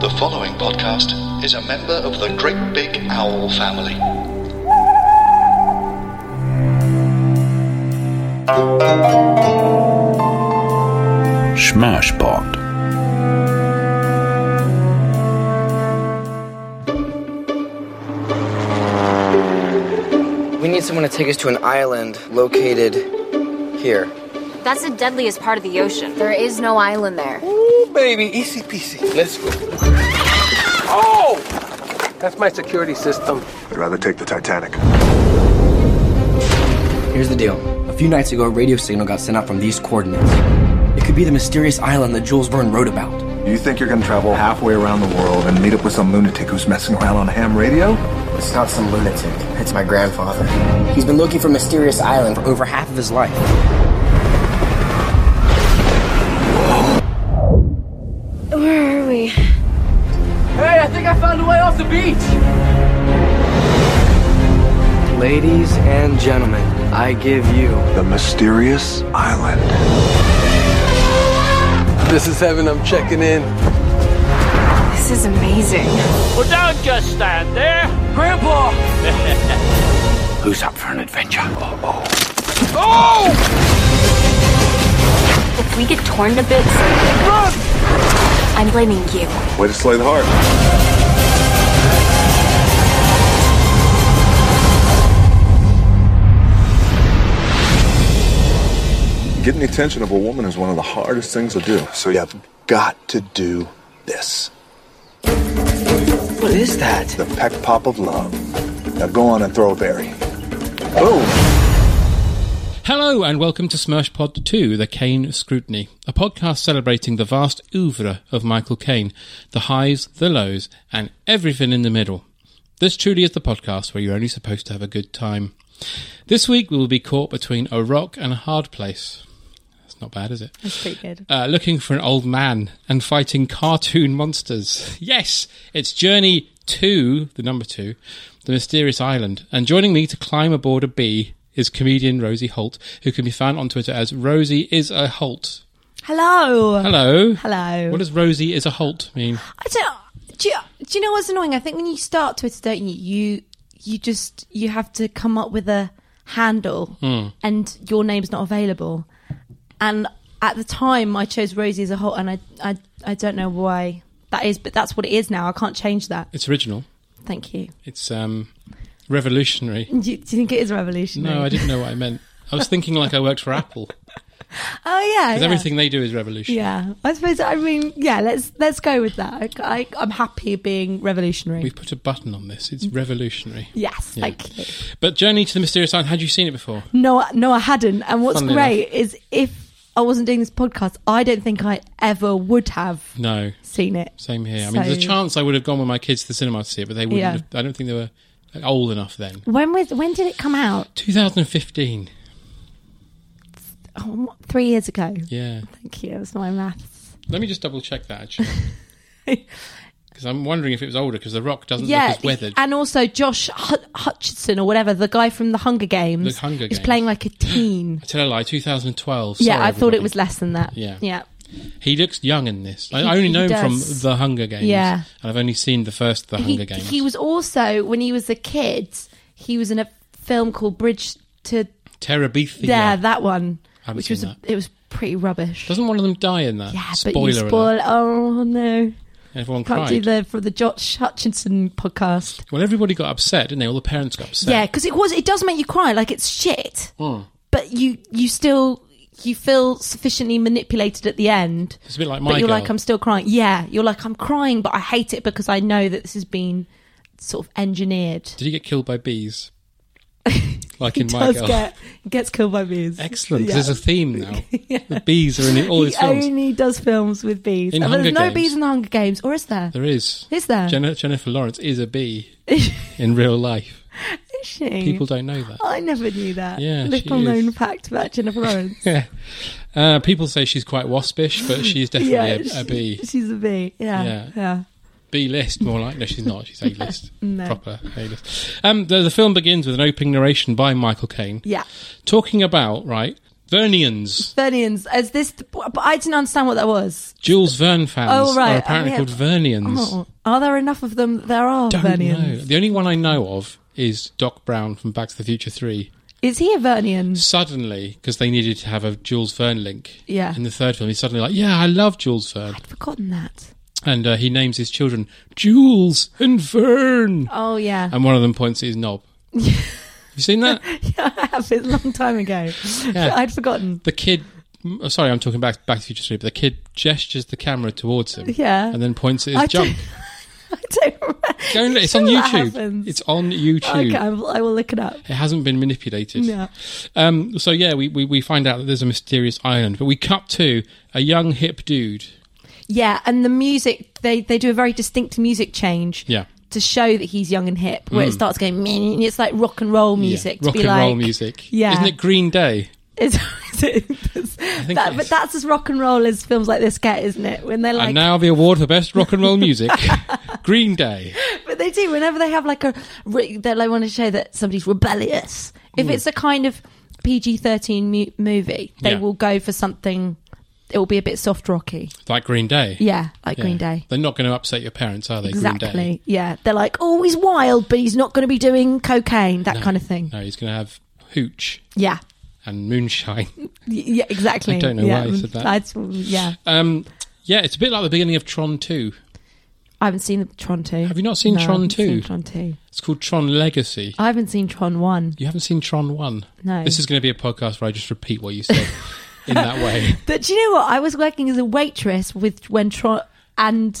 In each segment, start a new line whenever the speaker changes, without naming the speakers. The following podcast is a member of the Great Big Owl family.
Smashpot.
We need someone to take us to an island located here.
That's the deadliest part of the ocean.
There is no island there.
Ooh, baby, easy peasy. Let's go. Oh! That's my security system.
I'd rather take the Titanic.
Here's the deal. A few nights ago, a radio signal got sent out from these coordinates. It could be the mysterious island that Jules Verne wrote about.
You think you're gonna travel halfway around the world and meet up with some lunatic who's messing around on ham radio?
It's not some lunatic. It's my grandfather. He's been looking for mysterious island for over half of his life.
Where are we?
Hey, I think I found a way off the beach!
Ladies and gentlemen, I give you.
The mysterious island.
This is heaven, I'm checking in.
This is amazing.
Well, don't just stand there.
Grandpa!
Who's up for an adventure? Oh, oh.
Oh!
If we get torn to bits, I'm blaming you.
Way to slay the heart.
Getting the attention of a woman is one of the hardest things to do.
So you've got to do this.
What is that?
The peck pop of love. Now go on and throw a berry. Boom!
Hello and welcome to Smirchpod 2, The Kane Scrutiny, a podcast celebrating the vast oeuvre of Michael Caine, the highs, the lows, and everything in the middle. This truly is the podcast where you're only supposed to have a good time. This week we will be caught between a rock and a hard place. That's not bad, is it?
That's pretty good.
uh, looking for an old man and fighting cartoon monsters. Yes, it's Journey 2, the number 2, The Mysterious Island. And joining me to climb aboard a bee is comedian Rosie Holt, who can be found on Twitter as Rosie is a Holt.
Hello.
Hello.
Hello.
What does Rosie is a Holt mean?
I don't. Do you, do you know what's annoying? I think when you start Twitter, don't you? You you just you have to come up with a handle,
Hmm.
and your name's not available. And at the time, I chose Rosie as a whole, and I I I don't know why that is, but that's what it is now. I can't change that.
It's original.
Thank you.
It's um, revolutionary.
Do you, do you think it is revolutionary?
No, I didn't know what I meant. I was thinking like I worked for Apple
Oh yeah,
because
yeah.
everything they do is revolutionary.
Yeah, I suppose. I mean, yeah. Let's let's go with that. I, I, I'm happy being revolutionary.
We've put a button on this. It's revolutionary.
yes, thank you.
But Journey to the Mysterious Island, had you seen it before?
No, no, I hadn't. And what's
Funnily
great is if I wasn't doing this podcast, I don't think I ever would have
No.
seen it.
Same here. I mean, there's a
So-
chance I would have gone with my kids to the cinema to see it, but they wouldn't
Yeah.
have. I don't think they were old enough then.
When was when did it come out?
2015.
Oh, what, three years ago.
Yeah.
Thank you. It was my maths.
Let me just double check that, actually. Because I'm wondering if it was older, because The Rock doesn't
Yeah,
look as weathered.
Uh, and also Josh Hu- Hutcherson or whatever, the guy from the Hunger Games,
The Hunger
is
Games.
playing like a teen.
I tell a lie, 2012.
yeah,
Sorry,
I thought
everybody.
it was less than that.
Yeah.
yeah.
He looks young in this. I
He-
I only
he
know him from
does.
The Hunger Games.
Yeah.
And I've only seen the first The
he,
Hunger Games.
he was also when he was a kid, he was in a film called Bridge to
Terabithia.
Yeah, that one.
haven't
which
seen
was a-
that.
it was pretty rubbish.
Doesn't one of them die in that?
Yeah,
Spoiler
but you spoil. Oh no.
Everyone
Can't
cried.
do the for the Josh Hutchinson podcast.
Well, everybody got upset, didn't they? All the parents got upset.
Yeah, because it was it does make you cry. Like it's shit,
Mm.
but you you still you feel sufficiently manipulated at the end.
It's a bit like
but
my
you're
girl.
like I'm still crying. Yeah, you're like I'm crying, but I hate it because I know that this has been sort of engineered.
Did he get killed by bees? like
He
in my
does
girl.
get gets killed by bees.
Excellent. 'cause
Yeah.
There's a theme now. The bees are in all
he
his films.
only does films with bees.
In
And
Hunger
there's no
Games.
bees in the Hunger Games, or is there?
There is.
Is there?
Jenna- Jennifer Lawrence is a bee in real life.
Is she?
People don't know that.
I never knew that.
Yeah, she
Little
is.
known fact about Jennifer Lawrence.
Yeah. Uh, people say she's quite waspish, but she's definitely a,
Yeah,
a bee.
she- She's a bee. Yeah.
Yeah.
Yeah.
B list, more like. No, she's not. She's A list.
No.
Proper A list. Um, the, the film begins with an opening narration by Michael Caine.
Yeah.
Talking about, right, Vernians.
Vernians. Is this? But I didn't understand what that was.
Jules Verne fans
oh right.
are apparently
Oh, yeah.
called Vernians.
Oh, are there enough of them? that There are
Don't know.
Vernians.
The only one I know of is Doc Brown from Back to the Future 3.
Is he a Vernian?
Suddenly, because they needed to have a Jules Verne link
Yeah.
in the third film, he's suddenly like, yeah, I love Jules Verne.
Forgotten that.
And uh, he names his children Jules and Verne.
Oh yeah.
And one of them points at his knob. Have you seen that?
yeah, I have. It's a long time ago.
Yeah.
I'd forgotten.
The kid. m- oh, Sorry, I'm talking back Back to the Future 3, but the kid gestures the camera towards him.
Yeah.
And then points at his
I
jump.
I don't.
Go and look, it's on
Sure, that
YouTube.
happens.
It's on YouTube.
Okay, I will, I will look it up.
It hasn't been manipulated.
Yeah.
Um, so yeah, we, we, we find out that there's a mysterious island, but we cut to a young hip dude.
Yeah, and the music they they do a very distinct music change.
Yeah.
To show that he's young and hip, where
Mm.
it starts going, "Meh," and it's like rock and roll
Yeah,
music. To
rock
be
and
like,
roll music.
Yeah.
Isn't it Green Day?
Is, is it,
think
that,
it
but
is.
that's as rock and roll as films like this get, isn't it? When they're like,
and now the award for best rock and roll music, Green Day.
but they do whenever they have like a, re- they like want to show that somebody's rebellious. If
Mm.
it's a kind of PG thirteen mu- movie, they
Yeah.
will go for something. It will be a bit soft rocky.
Like Green Day.
Yeah, like Green Day.
They're not going to upset your parents, are they? Green Day.
Exactly. Yeah, they're like, oh, he's wild, but he's not going to be doing cocaine, that
No,
kind of thing.
No, he's going to have hooch
Yeah,
and moonshine.
Y- yeah, exactly.
I don't know
yeah.
why I said that.
That's- yeah,
Um, yeah, it's a bit like the beginning of Tron 2.
I haven't seen the Tron two.
Have you not seen
No, I
Tron
haven't seen
2?
Tron two.
It's called Tron Legacy.
I haven't seen Tron one.
You haven't seen Tron 1?
No.
This is going to be a podcast where I just repeat what you said in that way.
But do you know what? I was working as a waitress with when Tron and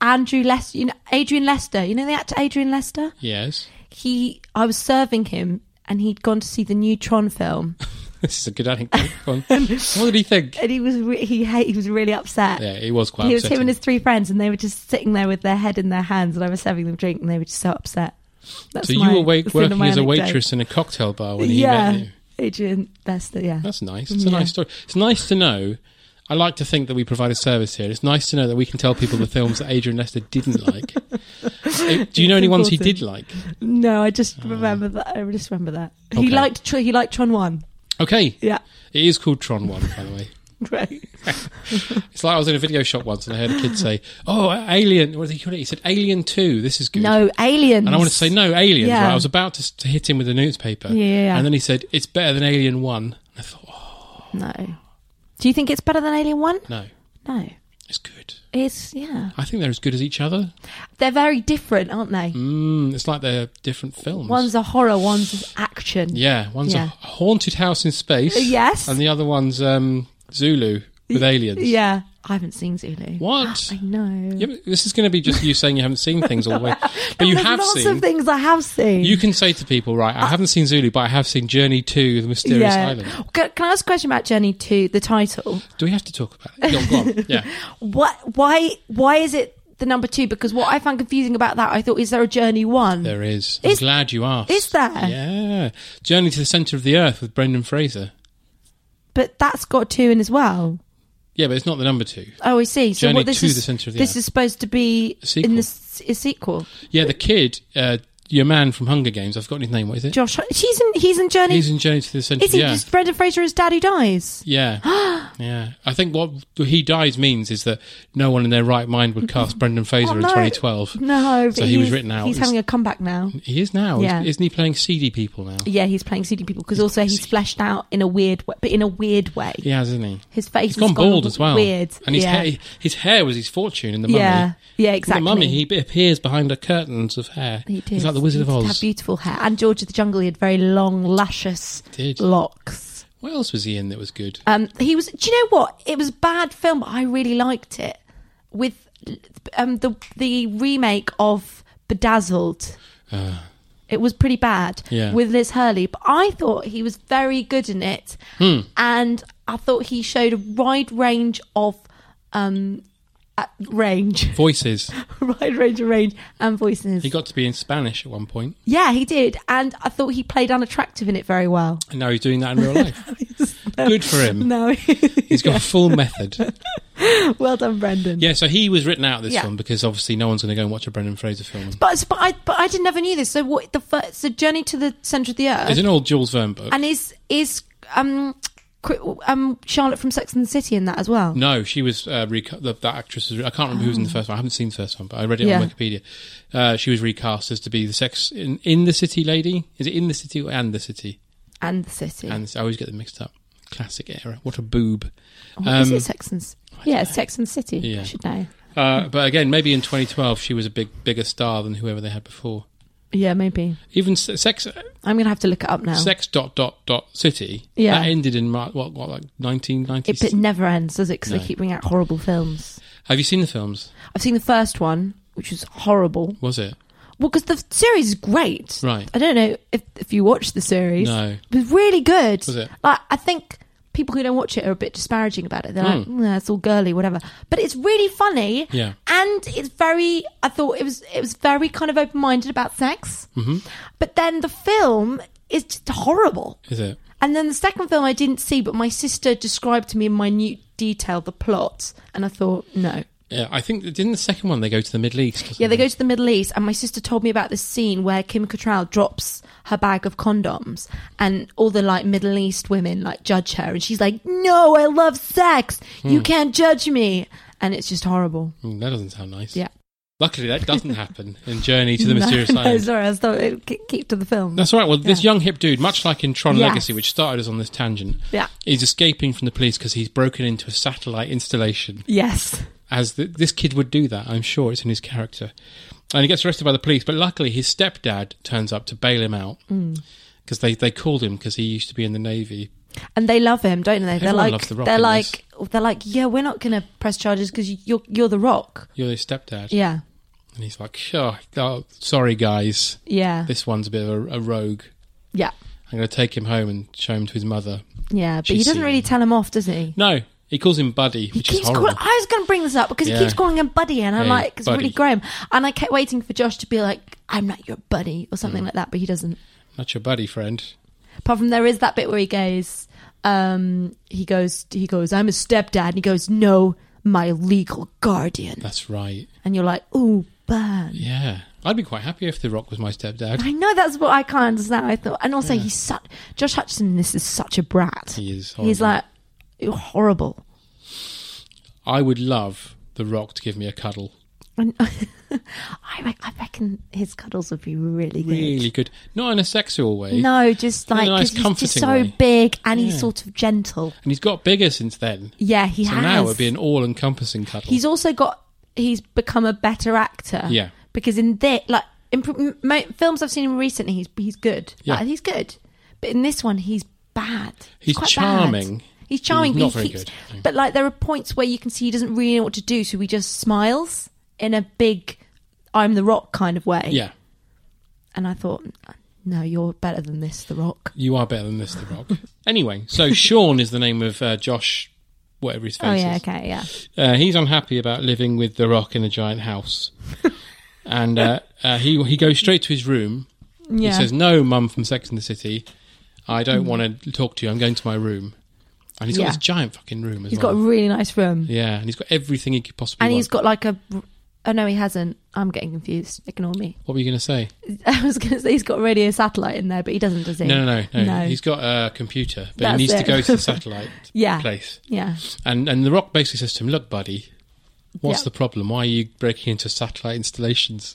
Andrew Lester, you know Adrian Lester, you know the actor Adrian Lester.
Yes.
He, I was serving him, and he'd gone to see the new Tron film,
This is a good anecdote. Go on. what did he think?
and he was re- he ha- he was really upset.
Yeah, he was quite
he was him
upsetting.
and his three friends, and they were just sitting there with their head in their hands, and I was serving them drink, and they were just so upset. That's
so you
my-
were wa-
that's the end of
working
my
as a
anecdote.
waitress in a cocktail bar when he
yeah,
met you.
Adrian Lester. Yeah,
That's nice. It's a
Yeah.
nice story. It's nice to know. I like to think that we provide a service here. It's nice to know that we can tell people the films that Adrian Lester didn't like. Eh, Do you know
It's
any ones he
important.
did like?
No, I just
Ah.
remember that. I just remember that
Okay.
he liked Tr- he liked Tron One.
Okay.
Yeah,
It is called Tron 1, by the way.
great.
It's like I was in a video shop once and I heard a kid say, Oh, Alien. What did he call it? He said, Alien 2. This is good.
No aliens.
And I wanted to say, no, Aliens.
Yeah.
Right? I was about to, s- to hit him with a newspaper.
Yeah, yeah, yeah.
And then he said, it's better than Alien 1. I thought, oh,
no. Do you think it's better than Alien One?
no,
No,
it's good.
it's yeah.
I think they're as good as each other.
They're very different, aren't they?
Mm, it's like they're different films.
One's a horror, one's action.
yeah, one's
Yeah.
a haunted house in space.
Uh, yes.
And the other one's um, Zulu with aliens.
Yeah, I haven't seen Zulu.
What?
I know.
Yeah, but this is going to be just you saying you haven't seen things all the way. But you
There's
have
lots
seen.
of things Uh, I have seen.
You can say to people, right, I haven't seen Zulu, but I have seen Journey to the Mysterious Island.
Can, Uh, can I ask a question about Journey to the title?
Do we have to talk about it? Go on, go on. Yeah.
What? Why? Why is it the number two? Because what I found confusing about that, I thought, is there a Journey one?
There is. I'm
Mm. Is-
glad you asked.
is there?
Yeah. Journey to the Centre of the Earth with Brendan Fraser.
But that's got two in as well.
Yeah, but it's not the number two.
Oh, I see. So
Journey
what this
to
is
the centre of the
this
earth.
is supposed to be
A sequel.
in this a sequel.
Yeah, the kid, uh, your man from Hunger Games. I've forgotten his name. What is it?
Josh. He's in. He's in Journey.
He's in Journey to the Century.
Is he
yeah.
just Brendan Fraser's dad who dies?
Yeah, yeah. I think what he dies means is that no one in their right mind would cast Brendan Fraser
Oh,
in
no.
2012.
No,
so
but
he was
he's-
written out.
He's having a comeback now.
he is now.
Yeah.
Isn't he playing seedy people now?
Yeah, he's playing CD people because also he's fleshed out in a weird, way, but in a weird way.
He has, isn't he?
His face
He's
has
gone
gone
bald as well.
weird.
And his
Yeah.
hair, his hair was his fortune in the mummy.
Yeah. Yeah,
In
exactly.
The mummy, he appears behind the curtains of hair.
He did.
He's like the Wizard
He
of
did
Oz.
Have beautiful hair. And George of the Jungle, he had very long, luscious
Did.
locks.
What else was he in that was good?
Um, he was. Do you know what? It was a bad film, but I really liked it. With um, the the remake of Bedazzled,
Uh,
it was pretty bad
Yeah.
with Liz Hurley. But I thought he was very good in it,
Hmm.
and I thought he showed a wide range of um, uh, range,
voices.
wide range of range and voices.
he got to be in Spanish at one point,
yeah, he did, and I thought he played unattractive in it very well.
and now he's doing that in real life. Good for him.
No,
He's got a full method.
well done, Brendan.
Yeah, so he was written out this
Yeah.
film because obviously no one's going to go and watch a Brendan Fraser film.
But but I but I didn't never knew this. So what the first the journey to the center of the earth
It's an old Jules Verne book.
and is is um Cri- um Charlotte from Sex and the City in that as well.
No, she was uh, reca- the, that actress. Was re- I can't remember who was in the first one. I haven't seen the first one, but I read it
Oh. Yeah.
on Wikipedia. Uh, she was recast as to be the sex in, in the city lady. Is it in the city or and the city?
And the city.
And I always get them mixed up. Classic era. What a boob. Um,
Or Oh, is it Sex and S- Yeah, Sex and the City.
Yeah.
I should know.
uh, but again, maybe in 2012 she was a big bigger star than whoever they had before.
Yeah, maybe.
Even se- sex
I'm gonna have to look it up now.
sex dot dot dot city.
Yeah.
that ended in Mar- what what like 1990.
it, but it never ends, does it? Because
No.
they keep bringing out horrible films.
Have you seen the films?
I've seen the first one, which was horrible.
Was it?
Well, because the series is great.
Right.
I don't know if, if you watched the series.
No.
It was really good.
Was it?
Like, I think people who don't watch it are a bit disparaging about it. They're like,
Hmm.
"Mm, it's all girly, whatever. But it's really funny.
Yeah.
And it's very, I thought it was, it was very kind of open-minded about sex.
hmm
But then the film is just horrible.
Is it?
And then the second film I didn't see, but my sister described to me in minute detail the plot. And I thought, no.
Yeah, I think didn't the second one they go to the Middle East? or
Yeah, they
something?
go to the Middle East, and my sister told me about this scene where Kim Cattrall drops her bag of condoms, and all the like Middle East women like judge her, and she's like, "No, I love sex. You
Hmm.
can't judge me," and it's just horrible.
Mm, that doesn't sound nice.
Yeah.
Luckily, that doesn't happen in Journey to the
No,
Mysterious
no,
Island.
sorry, I was thought it ke- keep to the film.
That's all right. Well, this young hip dude, much like in Tron
Yes.
Legacy, which started us on this tangent,
Yeah.
is escaping from the police because he's broken into a satellite installation.
Yes.
As th this kid would do that, I'm sure it's in his character. And he gets arrested by the police, but luckily his stepdad turns up to bail him out
Mm.
because they, they called him because he used to be in the navy.
And they love him, don't they? They're
Everyone
like,
loves The Rock
they're
in
like, they're like, yeah, we're not gonna press charges because you're you're the Rock.
You're his stepdad.
Yeah,
And he's like, oh, oh, sorry, guys.
yeah,
This one's a bit of a, a rogue.
yeah,
I'm going to take him home and show him to his mother.
yeah. But
She's
he doesn't
seen
really
him.
tell him off, does he?
No, he calls him Buddy, which is
keeps
horrible.
Call- I was going to bring this up because
Yeah.
he keeps calling him buddy, and I'm
Hey,
like, it's
buddy.
really Graham. And I kept waiting for Josh to be like, I'm not your buddy or
Mm.
something like that, but he doesn't.
Not your buddy, friend.
Apart from there is that bit where he goes, um, he goes, he goes, I'm his stepdad, and he goes, no, my legal guardian,
That's right.
and you're like, ooh, burn.
Yeah. I'd be quite happy if The Rock was my stepdad.
I know that's what I can't understand. I thought, and also he's such Josh Hutcherson. in This is such a brat.
He is
He's
horrible.
like "You're horrible.
I would love The Rock to give me a cuddle.
And I, re- I reckon his cuddles would be really good.
Really good. Not in a sexual way.
No, just
In a
like
nice,
'cause he's just
comforting
so
way.
big and
Yeah.
he's sort of gentle.
And he's got bigger since then.
Yeah, he
so
has.
now it would be an all encompassing cuddle.
he's also got he's become a better actor.
Yeah.
because in this like in pr- m- mo- films I've seen him recently, he's he's good.
Yeah.
Like, he's good. But in this one, he's bad.
He's
quite bad.
charming.
He's charming,
He's not
but
very
he keeps,
good.
But like there are points where you can see he doesn't really know what to do, so he just smiles in a big "I'm the Rock" kind of way.
Yeah.
and I thought, no, you're better than this, The Rock.
You are better than this, The Rock. anyway, so Sean is the name of uh, Josh, whatever his face
Oh yeah,
is.
okay, yeah.
Uh, he's unhappy about living with The Rock in a giant house. and uh, uh, he, he goes straight to his room.
Yeah. Mm.
He says, No, mum from Sex and the City. I don't want to talk to you. I'm going to my room. And he's got
Yeah.
this giant fucking room as
He's got
well.
a really nice room.
yeah, and he's got everything he could possibly
And
want.
he's got like a Oh no, he hasn't. I'm getting confused. Ignore me.
What were you going to say?
I was going to say he's got a radio satellite in there, but he doesn't, does he?
No, no, no. no. He's got a computer, but
That's
he needs to
it.
go to the satellite
Yeah.
place.
Yeah.
And and the rock basically says to him, "Look, buddy, what's
Yeah.
the problem? Why are you breaking into satellite installations?"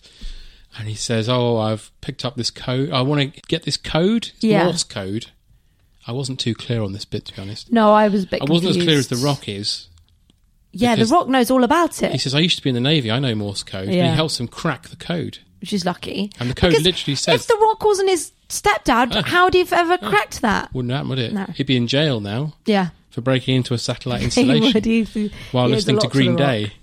And he says, "Oh, I've picked up this code. I want to get this code. It's
Yeah.
Morse code." I wasn't too clear on this bit, to be honest.
No, I was a bit
I wasn't as clear as
confused.
the Rock is.
Yeah, the
because-
Rock knows all about
He
it,
says, "I used to be in the navy. I know Morse code." And
Yeah.
he helps him crack the code,
which is lucky.
and the code
Because
literally says,
if the Rock wasn't his stepdad,
Uh,
how'd he have ever cracked that?
"Wouldn't happen, would it?
No.
He'd be in jail now."
Yeah.
for breaking into a satellite
He
installation
would, he-
while
he owes a
listening
lot
to Green
The Rock.
Day.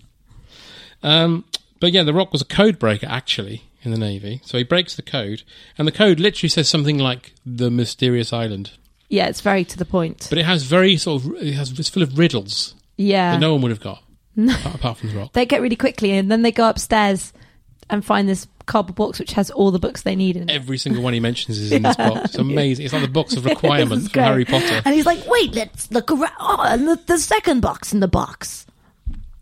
Um, but yeah, The Rock was a code breaker actually in the Navy. So he breaks the code, and the code literally says something like "the mysterious island,"
Yeah, it's very to the point.
but it has very sort of it has it's full of riddles
Yeah.
that no one would have got apart, apart from The Rock.
They get really quickly and then they go upstairs and find this cardboard box which has all the books they need in it.
Every single one he mentions is in this box. It's amazing. It's like the box of
This
requirements
is
from
great.
Harry Potter.
And he's like, wait, let's look around. Oh, and the, the second box in the box.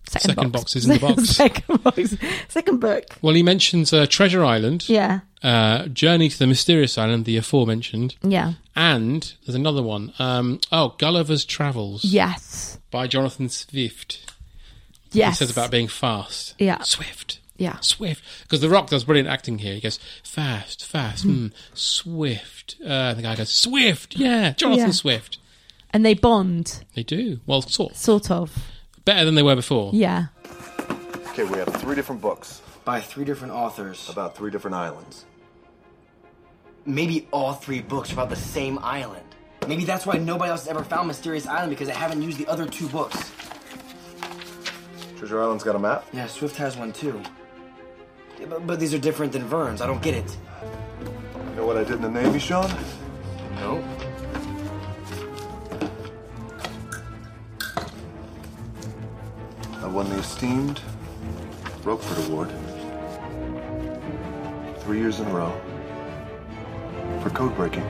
Second box is in the box.
second box. Second book.
Well, he mentions uh, Treasure Island,
Yeah.
uh, Journey to the Mysterious Island, the aforementioned,
Yeah.
And there's another one. Um, oh, Gulliver's Travels
Yes.
by Jonathan Swift.
Yes.
He says about being fast.
Yeah.
Swift.
Yeah.
Swift. Because The Rock does brilliant acting here. He goes, fast, fast,
Hmm.
mm, swift. Uh, and the guy goes, Swift, yeah, Jonathan
Yeah.
Swift.
And they bond,
They do. Well, sort of.
sort of.
Better than they were before.
Yeah.
Okay, we have three different books
By three different authors.
about three different islands.
Maybe all three books are about the same island. Maybe that's why nobody else has ever found Mysterious Island because they haven't used the other two books.
Treasure Island's got a map.
Yeah, Swift has one too. Yeah, but, but these are different than Vern's. I don't get it.
You know what I did in the Navy, Sean?
No.
I won the esteemed Roquefort Award three years in a row for code breaking.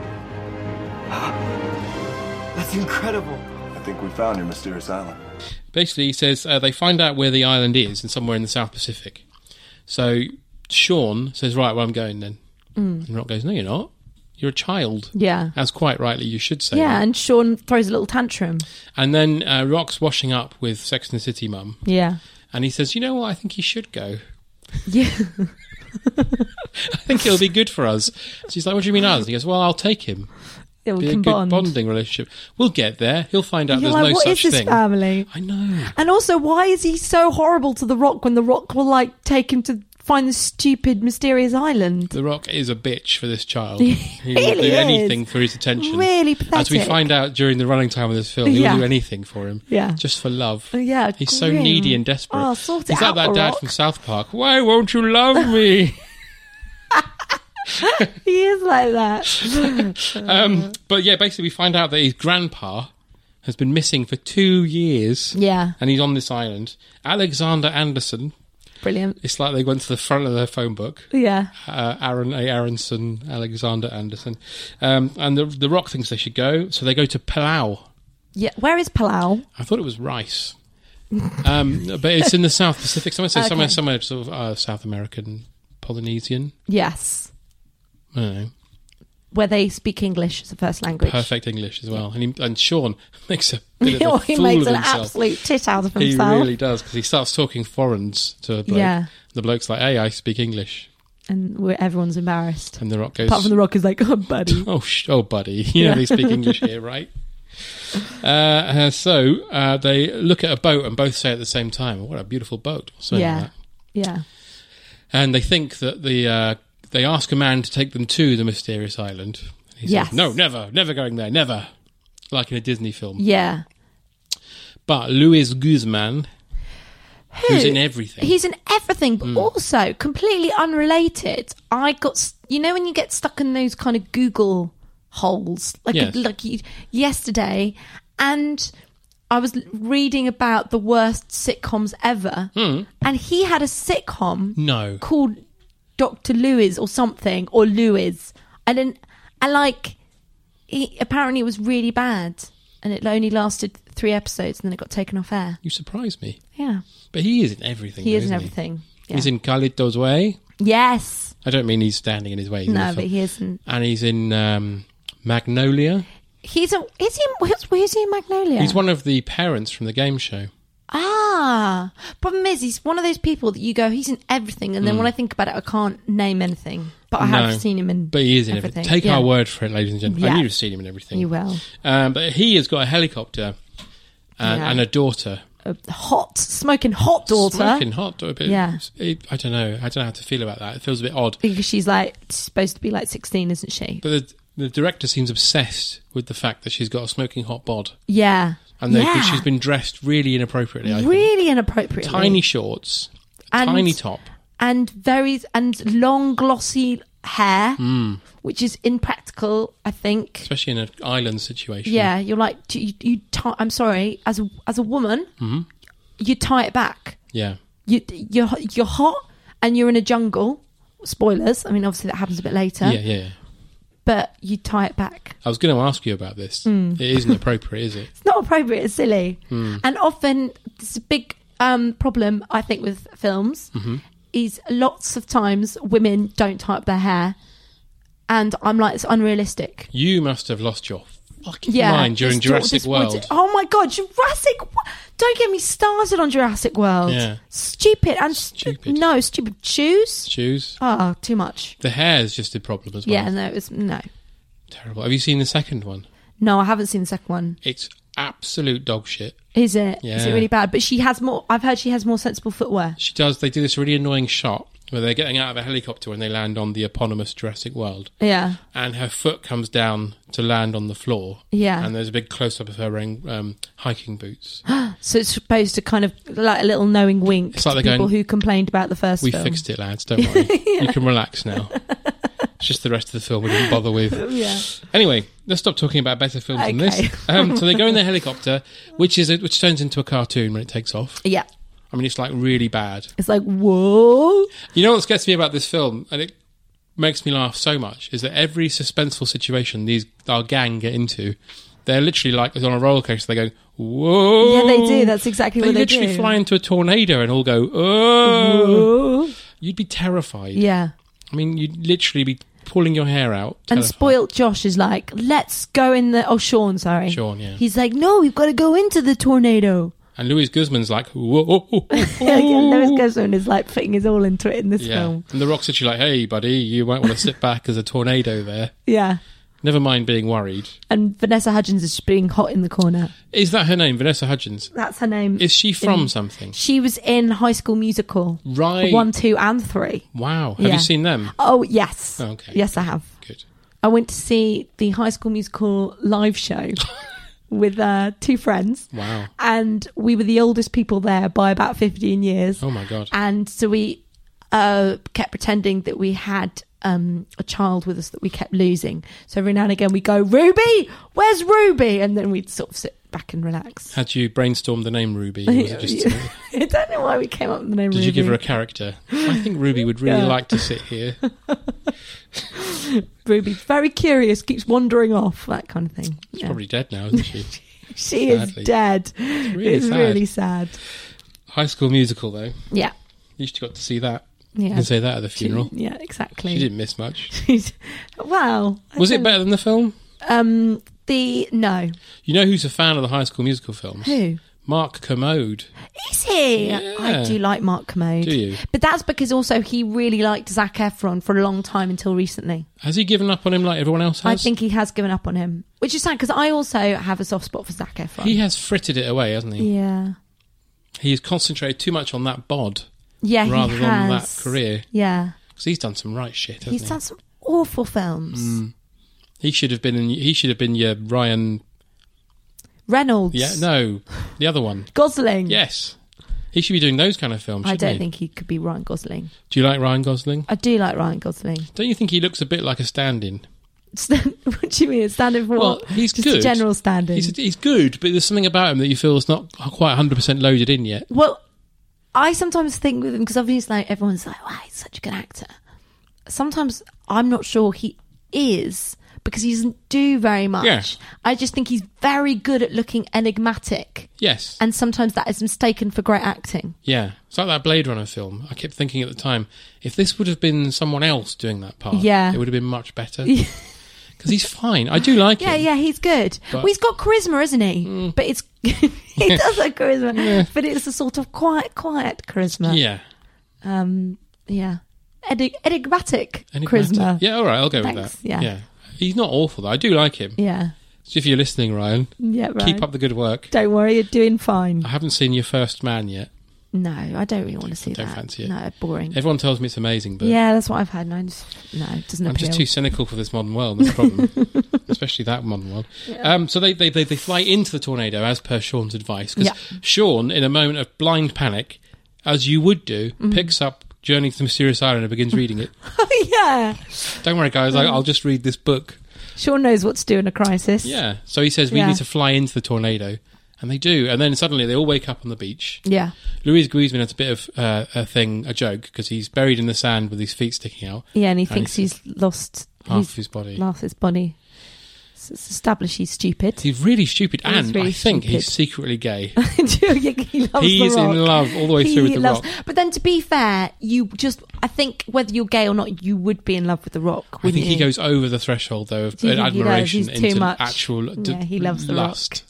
That's incredible.
I think we found your mysterious island.
Basically, he says uh, they find out where the island is and somewhere in the South Pacific. So Sean says, right, well, I'm going then.
Mm.
And Rock goes, no, you're not. You're a child.
Yeah.
As quite rightly you should say.
yeah,
that.
and Sean throws a little tantrum.
And then uh, Rock's washing up with Sex and the City mum,
Yeah.
and he says, "You know what? I think he should go.
Yeah.
I think it'll be good for us." She's like, "What do you mean us?" And he goes, "Well, I'll take him.
yeah we
be a
can
good
bond.
bonding relationship. We'll get there. He'll find out
You're
there's
like,
no
what
such
is this
thing."
family?
I know.
And also, why is he so horrible to The Rock when The Rock will, like, take him to find this stupid, mysterious island?
The Rock is a bitch for this child. He will
really
do
is.
anything for his attention.
Really
As we
pathetic.
find out during the running time of this film, he'll
Yeah.
do anything for him.
Yeah.
Just for love.
Oh, yeah,
He's so
grim.
needy and desperate.
Oh, sort it
He's like
out,
that
The
dad
Rock.
from South Park. Why won't you love me?
He is like that.
Um, but yeah, basically, we find out that his grandpa has been missing for two years.
Yeah.
And he's on this island. Alexander Anderson.
Brilliant.
It's like they went to the front of their phone book.
Yeah.
Uh, Aaron A. Aronson, Alexander Anderson. Um, and the, the Rock thinks they should go. So they go to Palau.
Yeah. Where is Palau?
I thought it was rice. um, but it's in the South Pacific. Someone says somewhere,
Okay.
somewhere sort of uh, South American, Polynesian.
Yes.
I don't know.
Where they speak English as a first language.
Perfect English as well. And, he, and Sean makes a bit of
Oh,
a
he
fool
makes
of
an
himself.
absolute tit out of
He
himself.
really does because he starts talking foreigns to a bloke.
Yeah.
The bloke's like, "Hey, I speak English,"
and we're, everyone's embarrassed.
and the rock goes,
Apart from The Rock is like, oh, buddy.
"Oh, sh- oh, buddy, you know
Yeah.
they speak English here, right?" Uh, uh, so uh, they look at a boat and both say at the same time, "What a beautiful boat!" or something
Yeah.
like that.
Yeah.
And they think that the uh, they ask a man to take them to the mysterious island. He
Yes.
says, "No, never, never going there, never," like in a Disney film.
Yeah.
But Luis Guzman, who's
Who-
in everything, Hmm.
He's in everything, but also completely unrelated. I got s- you know when you get stuck in those kind of Google holes, like
Yes.
like you, yesterday, and I was l- reading about the worst sitcoms ever, and he had a sitcom
Hmm. no.
called Doctor Lewis or something or Lewis, and then and like he apparently it was really bad, and it only lasted three episodes, and then it got taken off air.
You surprise me.
Yeah,
But he is in everything.
he
though,
is in
isn't
everything. Yeah.
He's in Khalid's Way.
Yes.
I don't mean he's standing in his way. He's
No,
in the
but
film.
he isn't.
And he's in um, Magnolia.
He's a. Is he? Where's, where's he in Magnolia?
He's one of the parents from the game show.
Ah, problem is, he's one of those people that you go, he's in everything, and then
Mm.
when I think about it, I can't name anything. But I have
No,
seen him in.
But he is in
everything.
everything. Take
Yeah.
our word for it, ladies and gentlemen.
Yeah.
And you've seen him in everything.
You will.
Um, but he has got a helicopter and,
Yeah.
and a daughter.
A hot, smoking hot daughter.
Smoking hot daughter. But
Yeah.
it- I don't know. I don't know how to feel about that. It feels a bit odd.
Because she's like supposed to be like sixteen, isn't she?
But the, the director seems obsessed with the fact that she's got a smoking hot bod.
Yeah.
And they,
Yeah.
she's been dressed really inappropriately. I think.
really inappropriate.
Tiny shorts,
And-
tiny top.
and very and long glossy hair,
Mm.
which is impractical. I think.
Especially in an island situation.
Yeah, you're like do you. you tie, I'm sorry, as a, as a woman,
hmm
you tie it back.
Yeah.
You you're you're hot and you're in a jungle. Spoilers. I mean, obviously that happens a bit later.
Yeah, yeah, yeah.
But you tie it back.
I was going to ask you about this.
Mm.
It isn't appropriate, is it?
It's not appropriate. It's silly.
Mm.
And often there's a big um, problem I think with films
Mhm.
is lots of times women don't tie up their hair, and I'm like it's unrealistic.
You must have lost your fucking
Yeah,
mind during
it's Jur-
Jurassic
this-
World.
Oh my god, Jurassic! Wo- Don't get me started on Jurassic World.
Yeah.
Stupid and stupid. No, stupid shoes.
Shoes.
Oh, too much.
The hair is just a problem as well.
Yeah, no, it's no,
Terrible. Have you seen the second one?
no. I haven't seen the second one.
It's absolute dog shit.
Is it? Is
Yeah.
it really bad? But she has more. I've heard she has more sensible footwear.
She does. They do this really annoying shot where they're getting out of a helicopter when they land on the eponymous Jurassic World,
Yeah.
and her foot comes down to land on the floor.
Yeah.
And there's a big close up of her wearing um, hiking boots.
so it's supposed to kind of like a little knowing wink
It's like
to
they're
people
going,
who complained about the first
we
film.
fixed it, lads. Don't worry. You can relax now. It's just the rest of the film we didn't bother with.
Yeah.
Anyway, let's stop talking about better films than
Okay.
this. Um, so they go in their helicopter, which is a, which turns into a cartoon when it takes off.
Yeah.
I mean, it's like really bad.
It's like whoa.
You know what scares me about this film, and it makes me laugh so much, is that every suspenseful situation these our gang get into, they're literally like on a roller coaster. They go, "Whoa!"
Yeah, they do. That's exactly
they
what they
literally
do.
fly into a tornado and all go, "Oh!" You'd be terrified.
Yeah.
I mean, you'd literally be pulling your hair out.
And spoilt Josh is like, let's go in the. Oh, Sean, sorry.
Sean, yeah.
He's like, no, we've got to go into the tornado.
and Luis Guzman's like, "Whoa!"
Yeah, Lewis Guzman is like putting his all into it in this
yeah.
film.
And the rocks actually like, "Hey, buddy, you might want to sit back. There's a tornado there."
Yeah.
Never mind being worried.
And Vanessa Hudgens is just being hot in the corner.
Is that her name, Vanessa Hudgens?
That's her name.
Is she from
In-
something?
She was in High School Musical.
Right.
One, two, and three.
Wow. Have
Yeah.
you seen them?
Oh, yes.
Mm. Oh, okay.
Yes, I have.
Good.
I went to see the High School Musical live show with uh, two friends.
Wow.
And we were the oldest people there by about 15 years.
Oh my God.
And so we uh, kept pretending that we had um, a child with us that we kept losing. So every now and again we go, Ruby, where's Ruby? And then we'd sort of sit back and relax.
Had you brainstormed the name Ruby? Or was it just, did
I don't know why we came up with the name Ruby.
you give her a character? I think Ruby would really
Yeah.
like to sit here.
Ruby's very curious, keeps wandering off, that kind of thing.
She's
Yeah.
probably dead now, isn't she?
She
Sadly.
is dead.
really
it's
sad.
really sad.
High School Musical, though.
Yeah.
You should have got to see that.
Yeah.
You can say that at the
She-
funeral.
yeah, exactly.
She didn't miss much.
Wow. I
Was it
don't-
better than the film?
Um, the no.
You know who's a fan of the High School Musical films?
Who?
Mark Commode.
Is he? I do like Mark Commode.
Do you?
But that's because also he really liked Zac Efron for a long time until recently.
Has he given up on him like everyone else has?
I think he has given up on him, which is sad because I also have a soft spot for Zac Efron.
he has frittered it away, hasn't he?
Yeah.
He's concentrated too much on that bod
Yeah, he
rather than that
has.
career.
Yeah.
Because he's done some right shit, hasn't
He's
he?
done some awful films.
Mm. He should have been in. He should have been your Ryan.
Reynolds.
Yeah, no, the other one.
Gosling.
Yes, he should be doing those kind of films.
I
shouldn't
don't
he?
think he could be Ryan Gosling.
Do you like Ryan Gosling?
I do like Ryan Gosling.
Don't you think he looks a bit like a stand-in?
what do you mean? Standing for
Well,
what?
he's
Just
good.
a general standing.
He's, he's good, but there's something about him that you feel is not quite 100 percent loaded in yet.
Well, I sometimes think with him because obviously like, everyone's like, "Wow, he's such a good actor." Sometimes I'm not sure he is, because he doesn't do very much.
Yeah.
I just think he's very good at looking enigmatic.
Yes.
And sometimes that is mistaken for great acting.
Yeah. It's like that Blade Runner film. I kept thinking at the time, if this would have been someone else doing that part,
Yeah.
it would have been much better. Because he's fine. I do like
Yeah,
him.
yeah, he's good.
But- Mm.
well, he's got charisma, isn't he? But it's he does have charisma, but it's a sort of quiet, quiet charisma.
Yeah.
um, yeah, Enig- enigmatic,
Enigmatic.
charisma.
Yeah, all right, I'll go
Thanks,
with that.
yeah.
He's not awful, though. I do like him.
yeah.
So if you're listening, Ryan,
Yeah, Ryan.
keep up Ah. the good work.
Don't worry, you're doing fine.
I haven't seen Your First Man yet.
No, I don't really want to see
Don't
that.
fancy it.
No, boring.
Everyone tells me it's amazing, but
yeah, that's what I've had. No, just, no, it doesn't
I'm
appeal.
just too cynical for this modern world. That's the problem, especially that modern world. Um, so they, they, they, they fly into the tornado as per Sean's advice because
Yeah.
Sean, in a moment of blind panic, as you would do,
Mm-hmm.
picks up Journey to the Mysterious Island and begins reading it.
oh yeah,
Don't worry, guys, I, I'll
Mm-hmm.
just read this book.
Sean knows what to do in a crisis.
Yeah. So he says we
Yeah.
need to fly into the tornado, and they do, and then suddenly they all wake up on the beach.
yeah,
Louise Griezmann has a bit of uh, a thing, a joke, because he's buried in the sand with his feet sticking out.
yeah. And he thinks he's, lost
half
he's
of his body.
Half his body. So it's established he's stupid.
He's really stupid,
He's
and
really
I think he's
stupid.
secretly gay.
he loves
He's
The
in
Rock.
love all the way
He
through with The
loves-
Rock.
But then, to be fair, you just—I think whether you're gay or not, you would be in love with The Rock.
I
Wouldn't
think he
you?
goes over the threshold though of
Do you think he does?
admiration
He's too
into
much.
actual d-
Yeah, he loves The Rock.
lust.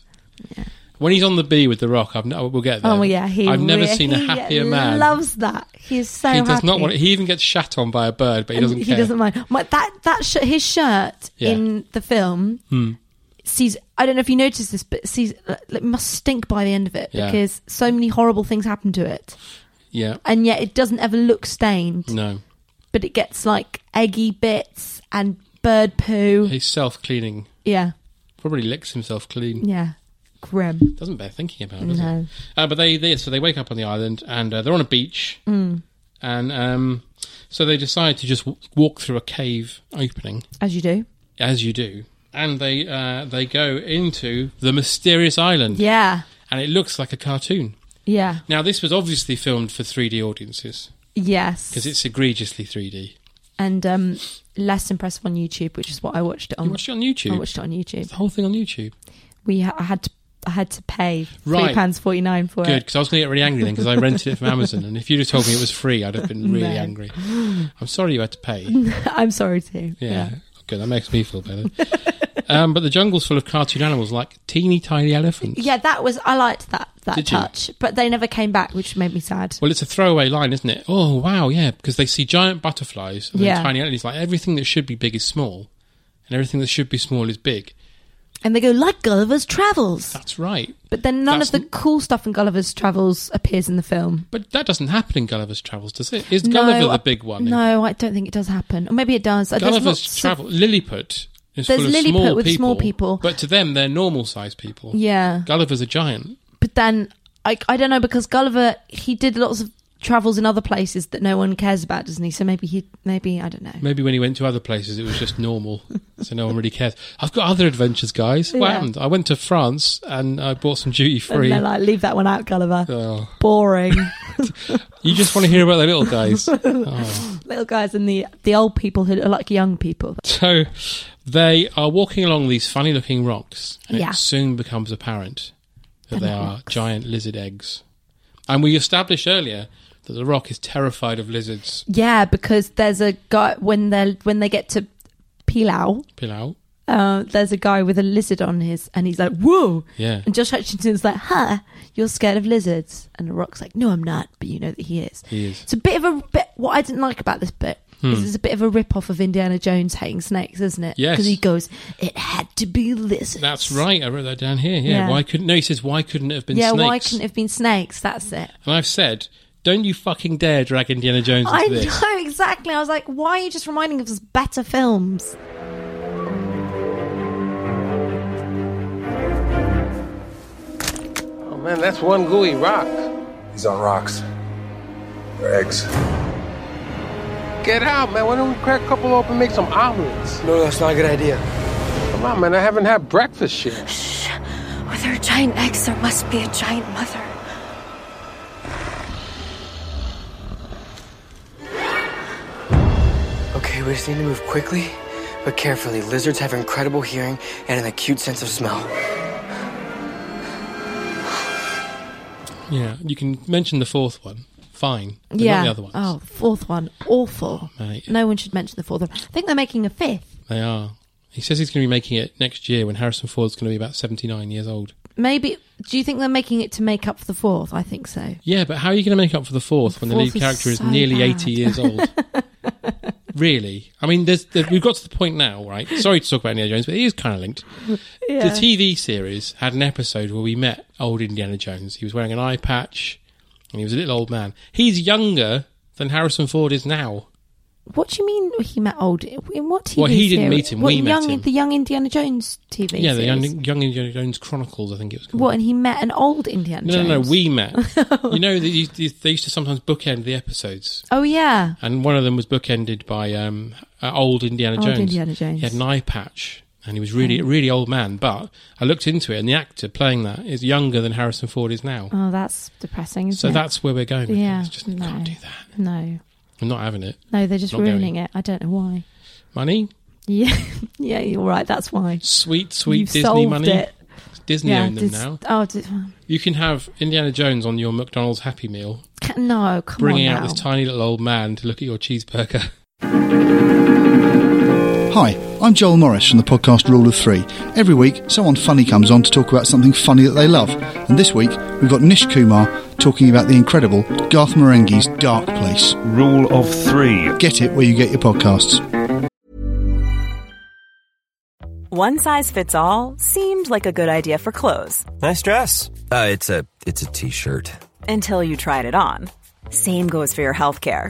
When he's on the bee with the rock, I've no, we'll get there.
Oh yeah, he.
I've never
re-
seen a
he
happier man.
Loves that. He's so.
he does not
happy.
want. He even gets shat on by a bird, but he
And
doesn't care.
mind. My, that that sh- his shirt
Yeah.
in the film
Hmm.
sees. I don't know if you noticed this, but sees it must stink by the end of it
Yeah.
because so many horrible things happen to it,
Yeah,
and yet it doesn't ever look stained.
no,
But it gets like eggy bits and bird poo.
he's self-cleaning.
Yeah,
Probably licks himself clean.
yeah, grim.
Doesn't bear thinking about, does
No.
it? Uh, but they, they so they wake up on the island and uh, they're on a beach,
Mm.
and um, so they decide to just w- walk through a cave opening.
As you do.
as you do, and they uh, they go into the mysterious island,
Yeah,
and it looks like a cartoon.
yeah,
Now, this was obviously filmed for 3D audiences
yes.
because it's egregiously 3D.
and um, less impressive on YouTube, which is what I watched it on.
You watched it on YouTube.
I watched it on YouTube.
the whole thing on YouTube.
We ha- I had to I had to pay
Right.
three pounds forty nine for
Good,
it.
because I was going to get really angry then because I rented it from Amazon, and if you'd have told me it was free, I'd have been really
No.
angry. I'm sorry you had to pay.
I'm sorry too.
Yeah. Good, that makes me feel better. um, but the jungle's full of cartoon animals like teeny tiny elephants.
Yeah, that was I liked that that
Did you?
touch, but they never came back, which made me sad.
Well, it's a throwaway line, isn't it? Oh, wow, yeah, because they see giant butterflies and
Yeah.
then tiny aliens. Like everything that should be big is small, and everything that should be small is big.
And they go like Gulliver's Travels,
That's right.
but then none
Ah. That's
of the cool stuff in Gulliver's Travels appears in the film.
But that doesn't happen in Gulliver's Travels, does it? Is
No,
Gulliver
I-
the big one?
No, I don't think it does happen. Or maybe it does. Uh, there's
Gulliver's
lots of-
Travel. Lilliput is
There's
full of
Lilliput
small
with
people,
small people.
But to them, they're normal sized people.
Yeah.
Gulliver's a giant.
but then I, I don't know because Gulliver he did lots of travels in other places that no one cares about, doesn't he? So maybe he maybe I don't know.
Maybe when he went to other places, it was just normal, so no one really cares. I've got other adventures, guys. What
Yeah.
happened? I went to France and I bought some duty free.
And they're like, leave that one out, Gulliver.
Oh.
Boring.
You just want to hear about the little guys. Oh.
Little guys and the the old people who are like young people.
So they are walking along these funny looking rocks, and
Yeah.
it soon becomes apparent that
They're
they
not
are
rocks.
giant lizard eggs. And we established earlier that the rock is terrified of lizards.
Yeah, because there's a guy when they when they get to Pilau,
Pilau.
uh, there's a guy with a lizard on his, and he's like, "Whoa!"
Yeah.
And Josh Hutchinson's like, "Huh, you're scared of lizards?" And the Rock's like, "No, I'm not, but you know that he is."
He is.
It's a bit of a bit. What I didn't like about this bit is
Hmm.
it's a bit of a rip off of Indiana Jones hating snakes, isn't it?
Yes.
Because he goes, "It had to be lizards."
That's right. I wrote that down here. Yeah.
Yeah.
Why couldn't? No, he says why couldn't it have been
yeah,
snakes?
why couldn't it have been snakes? That's it.
and I've said, don't you fucking dare drag Indiana Jones into
I
this.
know exactly. I was like, why are you just reminding us of better films?
Oh man, that's one gooey rock.
He's on rocks. They're eggs.
Get out, man. Why don't we crack a couple open and make some omelets? No, that's not a good idea. Come on, man. I haven't had breakfast yet.
With her giant eggs, there must be a giant mother.
Okay, we just need to move quickly.
But carefully, lizards have incredible hearing and an acute sense of smell.
Yeah, you can mention the fourth one. Fine. but
yeah.
Not the other ones.
Oh, fourth one. Awful.
Mate.
No one should mention the fourth one. I think they're making a fifth.
They are. He says he's going to be making it next year when Harrison Ford's going to be about 79 years old.
Maybe. Do you think they're making it to make up for the fourth? I think so.
Yeah, but how are you going to make up for the fourth when the
Fourth
lead
was
character is
so
nearly
bad.
80 years old? really? I mean, there's, there, we've got to the point now, right? Sorry to talk about Indiana Jones, but it is kind of linked.
Yeah.
The TV series had an episode where we met old Indiana Jones. He was wearing an eye patch and he was a little old man. He's younger than Harrison Ford is now.
What do you mean he met old? In what TV
Well, he didn't
series?
meet him,
What,
we met
young,
him.
The young Indiana Jones TV
yeah,
series?
the young, young Indiana Jones Chronicles, I think it was called.
What, and he met an old Indiana
No,
Jones?
no, no, we met. you know, they used, they used to sometimes bookend the episodes.
Oh, yeah.
and one of them was bookended by um, uh, old Indiana
Old
Jones.
Indiana Jones.
He had an eye patch, and he was really,
Mm.
really old man. But I looked into it, and the actor playing that is younger than Harrison Ford is now.
Oh, that's depressing, isn't
so
it?
that's where we're going. With
Yeah.
this. Just,
no.
can't do
that. No.
I'm not having it.
No, they're just
Not
ruining
going.
it. I don't know why.
Money,
Yeah. yeah, you're right. That's why.
sweet, sweet
You've
Disney
solved
money.
it.
Disney
Yeah,
own them
dis-
now.
Oh, dis-
You can have Indiana Jones on your McDonald's Happy Meal,
ca- no, come
bringing
on
out
now.
this tiny little old man to look at your cheeseburger.
Hi, I'm Joel Morris from the podcast Rule of Three. Every week, someone funny comes on to talk about something funny that they love. And this week, we've got Nish Kumar talking about the incredible Garth Marenghi's Dark Place. Rule of Three. Get it where you get your podcasts.
One size fits all seemed like a good idea for clothes
Nice dress. Uh, it's a it's a t-shirt.
until you tried it on. Same goes for your healthcare.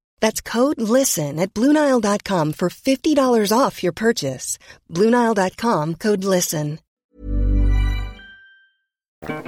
That's code LISTEN at Bluenile.com for $50 off your purchase. Bluenile.com code LISTEN.
Do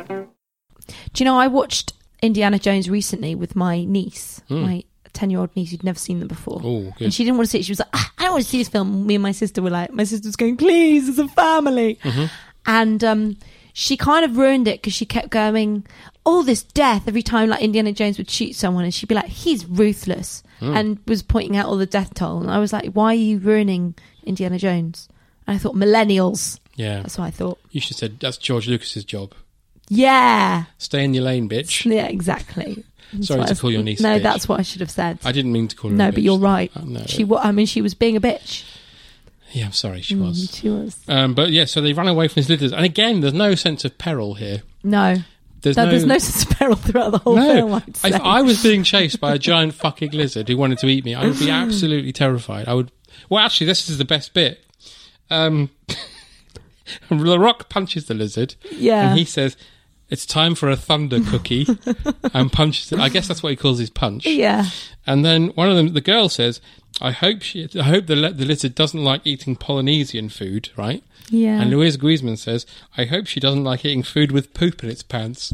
you know, I watched Indiana Jones recently with my niece,
Hmm.
my 10 year old niece who'd never seen them before.
Oh, good.
And she didn't want to see it. She was like, "Ah, I don't want to see this film. Me and my sister were like, my sister was going, please, it's a family.
Mhm.
And um, she kind of ruined it because she kept going, all this death every time like Indiana Jones would shoot someone and she'd be like, he's ruthless.
Hmm.
And was pointing out all the death toll. And I was like, why are you ruining Indiana Jones? And I thought, millennials.
Yeah.
That's what I thought.
You should have said that's George Lucas's job.
Yeah.
Stay in your lane, bitch.
Yeah, exactly. That's
Sorry
what
to
I-
call your niece a
No,
bitch.
that's what I should have said.
I didn't mean to call her.
no,
a
but
bitch.
you're right.
Uh, no.
She, wa- I mean, she was being a bitch.
Yeah, I'm sorry, she
Mm,
was.
she was.
Um, but yeah, so they ran away from his litters, and again, there's no sense of peril here.
No,
There's
no,
no,
there's no sense of peril throughout the whole
No.
film. I'd say.
If I was being chased by a giant fucking lizard who wanted to eat me, I would be absolutely terrified. I would. Well, actually, this is the best bit. Um, the Rock punches the lizard.
Yeah.
and he says. It's time for a thunder cookie, and punches it. I guess that's what he calls his punch.
Yeah.
And then one of them, the girl says, "I hope she, I hope the, li- the lizard doesn't like eating Polynesian food, right?"
Yeah.
And Louise Guizman says, "I hope she doesn't like eating food with poop in its pants."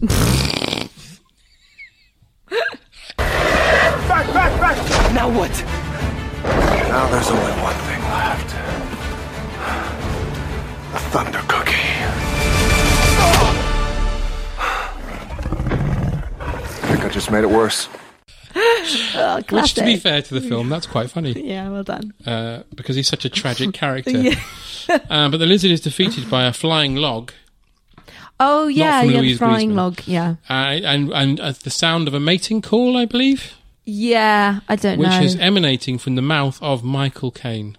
Back, back, back! Now what?
Now there's only one thing left.
A thunder cookie.
I think I just made it worse.
Oh,
Which, to be
classic.
fair to the film, that's quite funny.
Yeah, well done.
Uh, because he's such a tragic character.
Yeah.
Uh, but the lizard is defeated by a flying log,
Oh yeah,
from
yeah, the
Louise
frying
Griezmann.
log. Yeah,
uh, and and uh, the sound of a mating call, I believe,
yeah. I don't
which
know.
is e- emanating from the mouth of Michael Caine.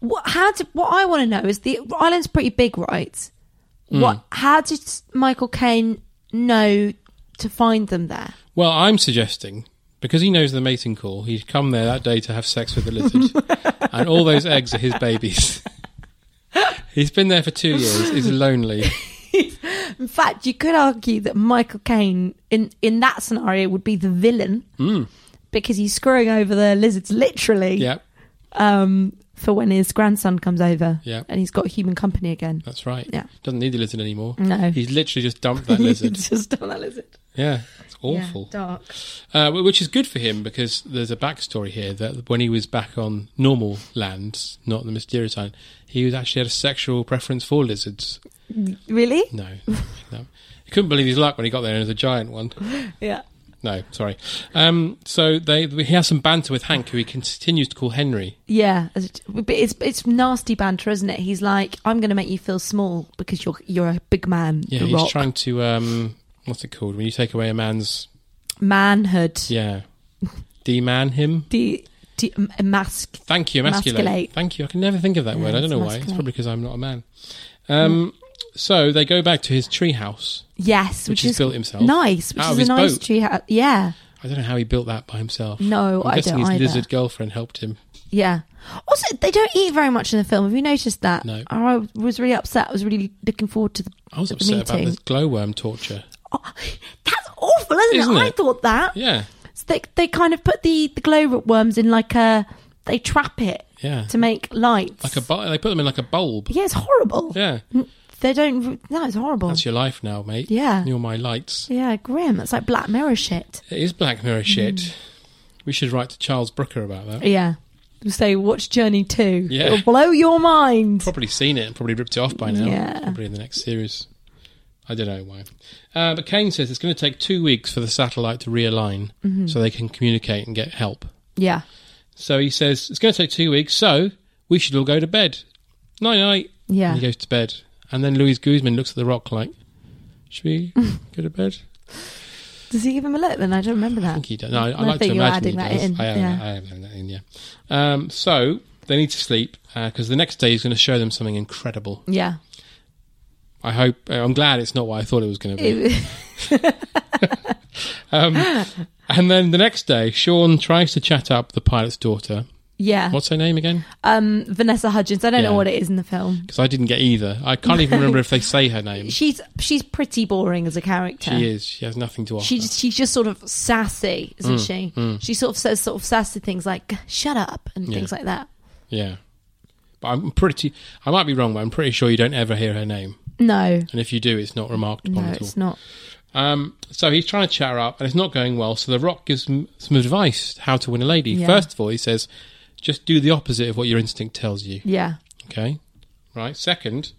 what? How? Did, what I want to know is the island's pretty big, right?
Hmm.
What? How did Michael Caine know to find them there?
Well, I'm suggesting because he knows the mating call, he's come there that day to have sex with the lizard, and all those eggs are his babies. he's been there for two years. He's lonely.
In fact, you could argue that Michael Caine, in in that scenario, would be the villain
Mm.
because he's screwing over the lizards literally.
Yep.
Um, for when his grandson comes over.
Yeah.
And he's got human company again.
That's right.
Yeah.
Doesn't need the lizard anymore.
No.
He's literally just dumped that lizard.
Just done that lizard.
Yeah. It's awful.
Yeah, dark.
Uh, wh- which is good for him because there's a backstory here that when he was back on normal land, not the mysterious island, he was actually had a sexual preference for lizards.
Really?
No, no. He couldn't believe his luck when he got there and it was a giant one.
Yeah.
No, sorry. Um, so they he has some banter with Hank, who he continues to call Henry.
Yeah, as it- but it's it's nasty banter, isn't it? He's like, "I'm going to make you feel small because you're you're a big man,
Yeah,
the
he's
rock
trying to um, what's it called when you take away a man's
manhood,
yeah, de-man him.
de, de, m- mask."
Thank you, emasculate.
Emasculate.
Thank you. I can never think of that
Yeah,
word. I don't
it's
know why. It's
emasculate.
probably because I'm not a man. Um, So they go back to his tree house.
Yes,
Which
which,
he's
is
built himself.
Nice, which
Out of
is a
his
nice
boat.
tree house. Yeah,
I don't know how he built that by himself.
No,
I'm
I
guessing
don't
his
either.
lizard girlfriend helped him.
yeah. Also, they don't eat very much in the film. Have you noticed that? Oh,
No.
I was really upset. I was really looking forward to the,
I was
to the
upset about
meeting. Oh,
the glowworm torture.
That's awful, isn't,
Isn't
it? I
it?
thought that.
Yeah,
So they they kind of put the the glow worms in like a they trap it
yeah.
to make light.
Like a bu- they put them in like a bulb.
Yeah, it's horrible. Mm,
Yeah,
They don't. No, it's horrible.
that's your life now, mate.
Yeah.
you're my lights.
yeah, grim. It's like Black Mirror shit.
It is Black Mirror shit.
Mm.
We should write to Charles Brooker about that.
Yeah. Say, watch Journey 2.
Yeah.
It'll blow your mind.
Probably seen it and probably ripped it off by now.
Yeah.
Probably in the next series. I don't know why. Uh, but Kane says it's going to take two weeks for the satellite to realign
Mhm.
so they can communicate and get help.
Yeah.
So he says it's going to take two weeks, so we should all go to bed. Night night.
Yeah.
And he goes to bed. And then Louise Guzman looks at the rock like, should we go to bed?
Does he give him a look then? I don't remember that.
think he does. No, I, I
I
like
think
to
you're
imagine
adding
he
that
does.
in,
I am.
yeah.
I am adding that in. Yeah. Um, so they need to sleep because the next day he's going to show them something incredible.
Yeah.
I hope. uh, I'm glad it's not what I thought it was going to be.
It-
Um, and then the next day, Sean tries to chat up the pilot's daughter.
yeah.
What's her name again?
Um, Vanessa Hudgens. I don't
Yeah.
know what it is in the film.
Because I didn't get either. I can't even remember if they say her name.
She's she's pretty boring as a character.
Mm. She is. She has nothing to offer.
She's she's just sort of sassy, isn't
Mm,
she?
mm.
She sort of says sort of sassy things like "shut up" and
Yeah.
things like that.
Yeah. But I'm pretty. I might be wrong, but I'm pretty sure you don't ever hear her name.
No,
And if you do, it's not remarked upon
no,
at all.
it's not.
Um, so he's trying to chat her up, and it's not going well. So The Rock gives him some advice how to win a lady.
Yeah.
First of all, he says, just do the opposite of what your instinct tells you.
Yeah,
Okay. Right. Second,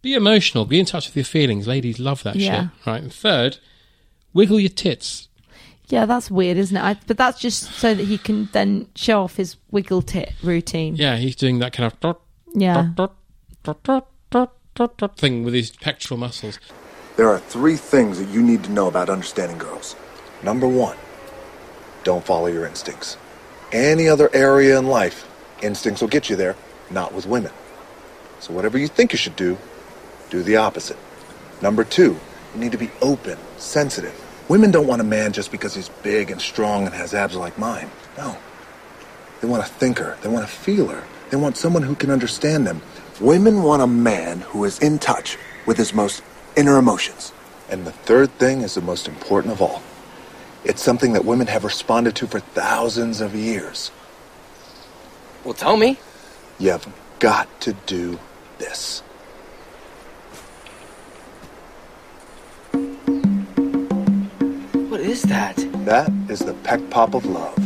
be emotional. Be in touch with your feelings. Ladies love that
Yeah.
shit. Right. And third, wiggle your tits.
yeah, that's weird, isn't it? I, but that's just so that he can then show off his wiggle tit routine.
Yeah, he's doing that kind of dot,
Yeah.
dot, dot, dot, dot, dot, dot thing with his pectoral muscles.
There are three things that you need to know about understanding girls. Number one, don't follow your instincts. Any other area in life, instincts will get you there, not with women. So whatever you think you should do, do the opposite. Number two, you need to be open, sensitive. Women don't want a man just because he's big and strong and has abs like mine. No. They want a thinker, they want a feeler, they want someone who can understand them. Women want a man who is in touch with his most inner emotions. And the third thing is the most important of all. It's something that women have responded to for thousands of years.
Well, tell me.
You've got to do this.
What is that?
That is the peck pop of love.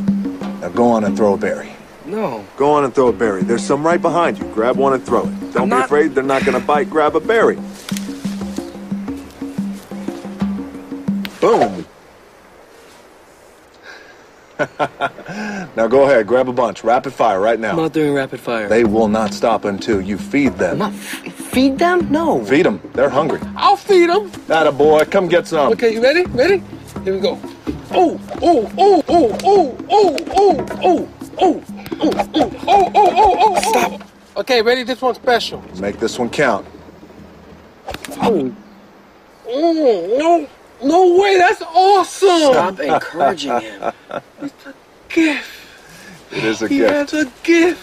Now go on and throw a berry.
No.
Go on and throw a berry. There's some right behind you. Grab one and throw it. Don't
I'm not-
afraid they're not going to bite. Grab a berry. Boom. now go ahead, grab a bunch. Rapid fire right now.
I'm not doing rapid fire.
They will not stop until you feed them.
Not f- feed them? No.
Feed them. They're hungry.
I'll feed them.
That a boy. Come get some.
Okay, you ready? Ready? Here we go. Oh, oh, oh, oh, oh, oh, oh, oh, oh, oh, oh, oh, oh, oh, oh. Stop. Okay, ready? This one's special.
Make this one count.
Oh. Mm, no, no way. That's awesome.
Stop encouraging him.
It's a gift.
It is a
He
gift.
has a gift.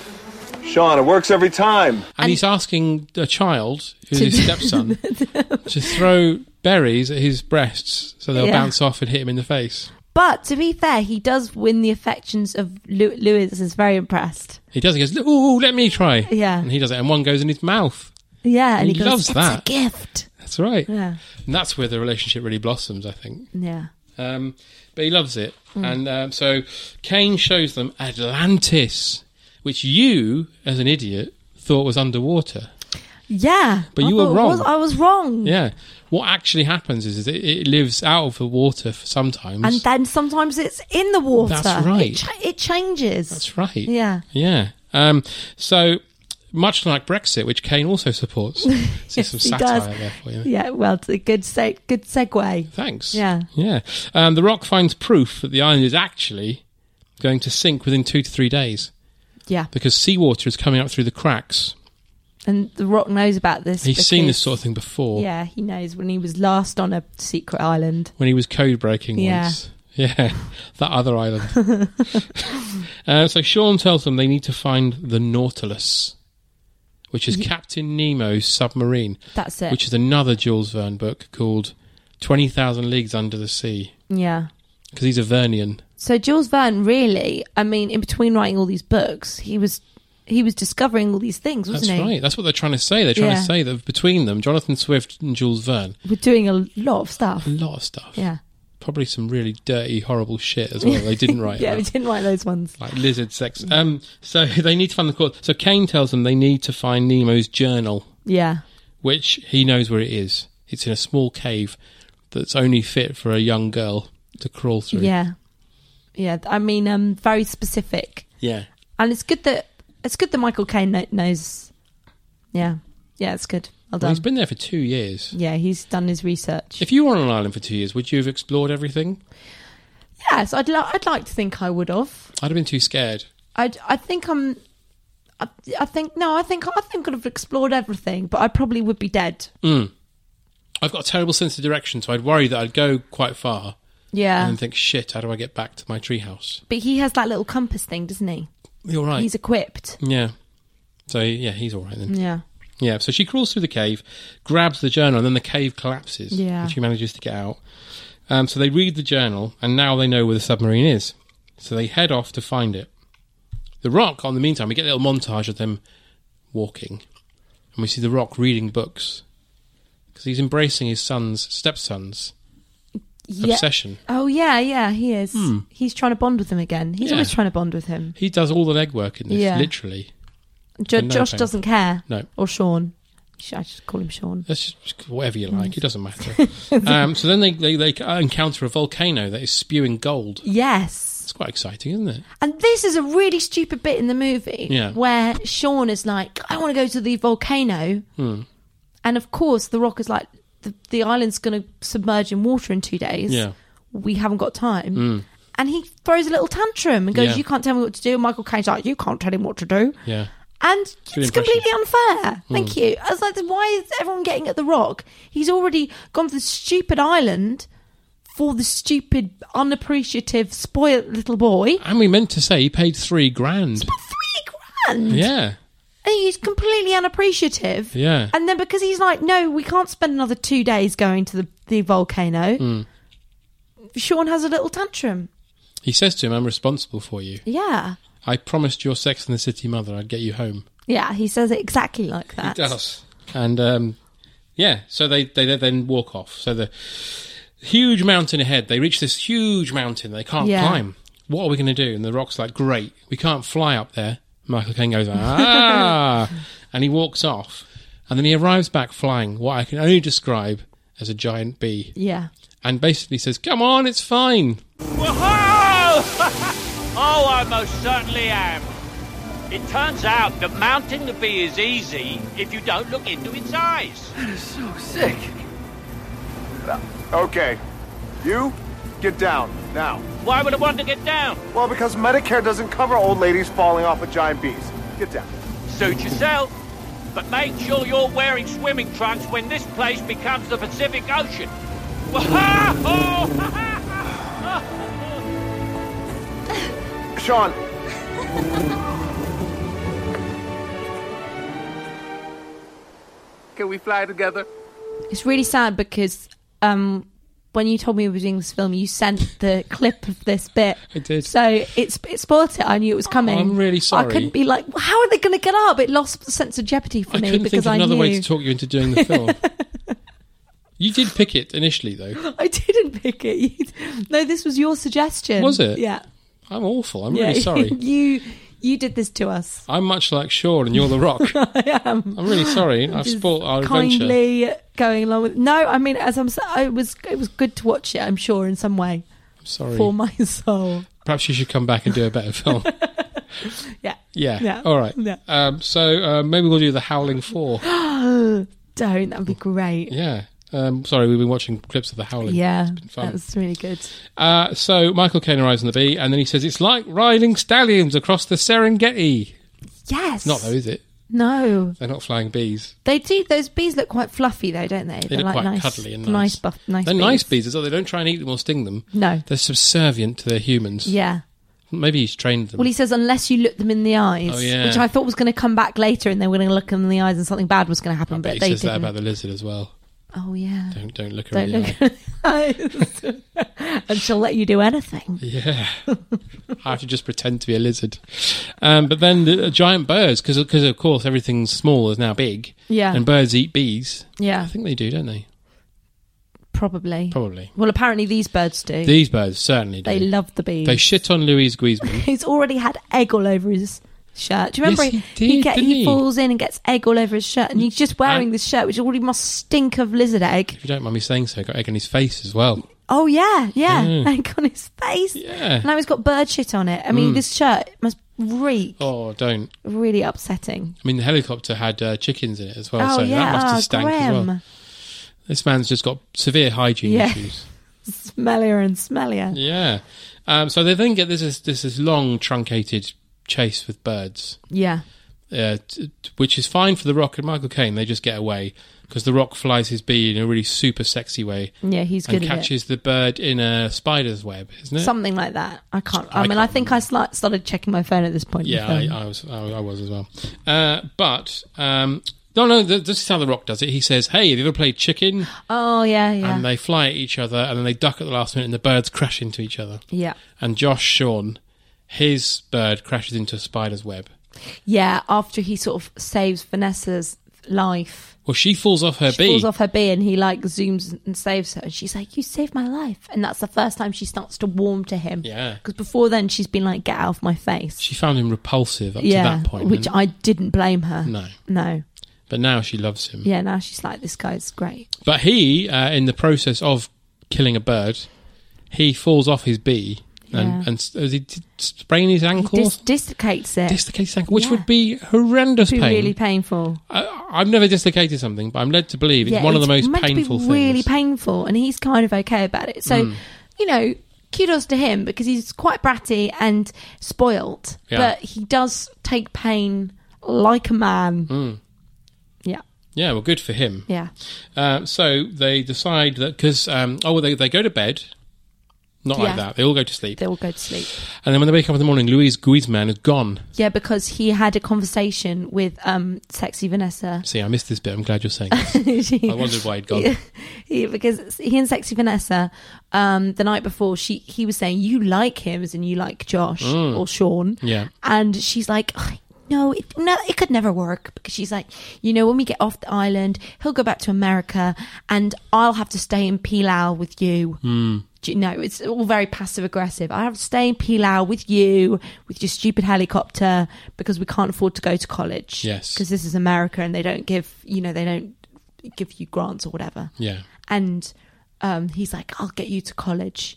Sean, it works every time.
And he's asking a child, who's his stepson, to throw berries at his breasts so they'll
Yeah.
bounce off and hit him in the face.
But to be fair, he does win the affections of Lu- Lewis. Is very impressed.
He does. He goes, "Ooh, let me try."
Yeah.
and he does it, and one goes in his mouth.
Yeah, and
He
he, goes,
loves
it's
that.
a gift.
That's right.
Yeah,
And that's where the relationship really blossoms, I think.
yeah.
Um, but he loves it,
Mm.
and um, so Kane shows them Atlantis, which you, as an idiot, thought was underwater.
Yeah.
But
I
you were
thought-
wrong.
was- I was wrong.
Yeah. What actually happens is, is it, it lives out of the water for sometimes.
And then sometimes it's in the water.
That's right.
It, cha- it changes.
That's right.
Yeah.
Yeah. Um, so much like Brexit, which Kane also supports. See some
He
satire
does.
there for you.
Yeah, well, it's a good se- good segue.
Thanks.
Yeah.
Yeah. Um, the Rock finds proof that the island is actually going to sink within two to three days
Yeah.
because seawater is coming up through the cracks.
And The Rock knows about this.
He's seen this
because-
sort of thing before
Yeah, he knows when he was last on a secret island.
when he was code breaking
Yeah.
once. Yeah, that other island. uh, so Sean tells them they need to find the Nautilus, which is
Ye-
Captain Nemo's submarine.
That's it.
Which is another Jules Verne book called 20,000 Leagues Under the Sea,
Yeah.
because he's a Vernian.
So Jules Verne really, I mean, in between writing all these books, he was he was discovering all these things, wasn't
That's
he?
right. That's what they're trying to say. They're trying
Yeah.
to say that between them, Jonathan Swift and Jules Verne,
We're doing a lot of stuff.
a lot of stuff.
Yeah.
Probably some really dirty, horrible shit as well. They didn't write
yeah,
about.
we didn't write those ones.
like lizard sex. Um, so they need to find the cause. So Kane tells them they need to find Nemo's journal,
Yeah.
which he knows where it is. It's in a small cave that's only fit for a young girl to crawl through.
Yeah. Yeah. I mean, um, very specific.
Yeah.
And it's good that it's good that Michael Caine kno- knows. Yeah, yeah, it's good. Well
Well,
done.
he's been there for two years.
yeah, he's done his research.
If you were on an island for two years, would you have explored everything?
Yes, I'd li- I'd like to think I would have.
I'd have been too scared.
I I think I'm. I, I think no, I think I think I'd have explored everything, but I probably would be dead.
Mm. I've got a terrible sense of direction, so I'd worry that I'd go quite far.
Yeah.
And then think, shit, how do I get back to my treehouse?
But he has that little compass thing, doesn't he?
You're right.
He's equipped.
yeah. So, yeah, he's all right then.
Yeah.
Yeah, so she crawls through the cave, grabs the journal, and then the cave collapses.
Yeah.
And she manages to get out. Um, so they read the journal, and now they know where the submarine is. So they head off to find it. The Rock, on the meantime, we get a little montage of them walking. And we see The Rock reading books. Because he's embracing his son's, stepson's
Yeah.
obsession.
Oh yeah, yeah, he is.
Hmm.
He's trying to bond with him again. He's
Yeah.
always trying to bond with him.
He does all the legwork in this,
Yeah.
literally.
Jo-
For no
Josh
pain.
doesn't care.
No.
Or Sean. Should I just call him Sean?
That's just whatever you like. It doesn't matter. um, so then they, they, they encounter a volcano that is spewing gold.
Yes.
It's quite exciting, isn't it?
And this is a really stupid bit in the movie
Yeah.
where Sean is like, I want to go to the volcano.
Hmm.
And of course, The Rock is like, the, the island's going to submerge in water in two days.
Yeah.
We haven't got time.
Mm.
And he throws a little tantrum and goes,
Yeah.
You can't tell me what to do. And Michael Caine's like, You can't tell him what to do.
Yeah.
And it's,
really
completely unfair.
Hmm.
Thank you. I was like, then why is everyone getting at The Rock? He's already gone to the stupid island for the stupid, unappreciative, spoiled little boy.
And we meant to say he paid three grand.
And,
Yeah,
and he's completely unappreciative.
yeah.
And then because he's like, no, we can't spend another two days going to the, the volcano,
Mm.
Sean has a little tantrum.
He says to him, I'm responsible for you.
Yeah.
I promised your Sex and the City mother I'd get you home.
Yeah, he says it exactly like that.
does. And, um, yeah, so they, they, they then walk off. So the huge mountain ahead, they reach this huge mountain they can't
Yeah.
climb. What are we going to do? And the rock's like, great, we can't fly up there. Michael Caine goes, ah! and he walks off. And then he arrives back flying what I can only describe as a giant bee.
Yeah.
And basically says, come on, it's fine.
Whoa! Oh, I most certainly am. It turns out that mounting the bee is easy if you don't look into its eyes.
That is so sick.
Okay. You, get down, now.
Why would I want to get down?
Well, because Medicare doesn't cover old ladies falling off of giant bees. Get down.
Suit yourself, but make sure you're wearing swimming trunks when this place becomes the Pacific Ocean.
Sean.
Can we fly together?
It's really sad because um, when you told me we were doing this film, you sent the clip of this bit.
I did. Oh,
So it's it spoiled it. I knew it was coming.
I'm really sorry.
I couldn't be like, how are they going to get up? It lost the sense of jeopardy for
I
me
couldn't
because
think of
I
another
knew.
way to talk you into doing the film. you did pick it initially, though.
I didn't pick it. You- no, this was your suggestion.
Was it?
Yeah.
I'm awful. I'm
Yeah,
really sorry.
you you did this to us.
I'm much like Sean, and you're the Rock.
I am.
I'm really sorry. I've
Just
spoilt our adventure.
kindly going along with. No, I mean, as I'm, s- I was, it was good to watch it. I'm sure in some way
I'm sorry.
for my soul.
Perhaps you should come back and do a better film.
Yeah.
Yeah.
Yeah.
All right.
Yeah.
Um, so uh, maybe we'll do the Howling Four.
Don't. That would be great.
yeah. Um, sorry, we've been watching clips of the Howling.
Yeah,
It's been fun.
that was really good.
Uh, so Michael Caine arrives on the bee, and then he says it's like riding stallions across the Serengeti.
Yes.
It's not though, is it?
No,
They're not flying bees.
they do. Those bees look quite fluffy though, don't they?
They
They're
look
like
quite
nice,
cuddly and nice.
nice, buff, nice.
They're
bees.
nice bees, as though they don't try and eat them or sting them.
No.
They're subservient to their humans.
Yeah.
Maybe he's trained them.
Well, he says unless you look them in the eyes,
Oh, yeah.
which I thought was going to come back later, and they were going to look them in the eyes, and something bad was going to happen,
but
but
he
they
says that
didn't.
about the lizard as well.
oh yeah.
Don't don't look
Don't
around.
look in the eyes, and she'll let you do anything.
Yeah. I have to just pretend to be a lizard. Um, but then the uh, giant birds, because of course everything's small is now big.
Yeah.
And birds eat bees.
Yeah.
I think they do, don't they?
Probably.
Probably.
Well, apparently these birds do.
These birds certainly do.
they love the bees.
They shit on Louise Guizman.
He's already had egg all over his shirt. Do you remember
Yes, he
he,
did,
get,
didn't
he
he?
falls in and gets egg all over his shirt, and he's just wearing
And-
this shirt which already must stink of lizard egg.
if you don't mind me saying so, got egg on his face as well.
Oh yeah, yeah,
Yeah.
egg on his face.
Mm. Yeah.
Now he's got bird shit on it. I mean,
Mm.
this shirt must reek.
Oh, don't.
Really upsetting.
I mean, the helicopter had uh, chickens in it as well,
oh
so
yeah,
that must
Ah,
have stank as
grim.
well. This man's just got severe hygiene
Yeah.
issues.
Smellier and smellier.
Yeah. Um, so they then get this is this is long truncated chase with birds.
Yeah.
uh, t- t- which is fine for The Rock and Michael Caine. They just get away because The Rock flies his bee in a really super sexy way.
Yeah, he's
and
good at it.
catches the bird in a spider's web, isn't it?
Something like that. I can't. I,
I
mean, I
can't
think I sli- started checking my phone at this point. um, in the
yeah, I,
film.
I was, I, I was as well. Uh, but um, no, no, th- this is how The Rock does it. He says, "Hey, have you ever played chicken?"
oh yeah, yeah,
And they fly at each other, and then they duck at the last minute, and the birds crash into each other.
yeah.
And Josh Sean, his bird crashes into a spider's web.
Yeah, after he sort of saves Vanessa's life.
Well, she falls off her
she
bee.
falls off her bee and he like zooms and saves her. And she's like, You saved my life. And that's the first time she starts to warm to him.
Yeah.
Because before then she's been like, Get out of my face.
She found him repulsive up
yeah.
to that point,
which
and-
I didn't blame her.
No.
No.
but now she loves him.
Yeah, now she's like, This guy's great.
But he, uh, in the process of killing a bird, he falls off his bee and
Yeah.
and s- is he t- sprain his ankle,
Dis- dislocates it.
dislocates his ankle, which
Yeah.
would be horrendous
It'd be
pain.
really painful.
I, I've never dislocated something, but I'm led to believe it's
Yeah,
one of the most
meant
painful
to be really
things. Mm.
painful, and he's kind of okay about it. So, you know, kudos to him because he's quite bratty and spoilt,
Yeah.
but he does take pain like a man.
Mm.
Yeah,
yeah, well, good for him.
yeah,
Uh, so they decide that because um, oh, well, they they go to bed. Not
Yeah.
like that. They all go to sleep,
they all go to sleep.
and then when they wake up in the morning, Luis Guizman is gone.
Yeah, because he had a conversation with um, sexy Vanessa.
See, I missed this bit. I'm glad you're saying. This. I wondered why he'd gone.
he, because he and sexy Vanessa um, the night before she he was saying you like him as in you like Josh or Sean
Mm. Yeah.
and she's like "Oh, no it, no it could never work because she's like you know when we get off the island he'll go back to America and I'll have to stay in Pilau with you Do you know it's all very passive aggressive I have to stay in Pilau with you with your stupid helicopter because we can't afford to go to college
Yes.
because this is America and they don't give you know they don't give you grants or whatever
Yeah.
and um, he's like, "I'll get you to college,"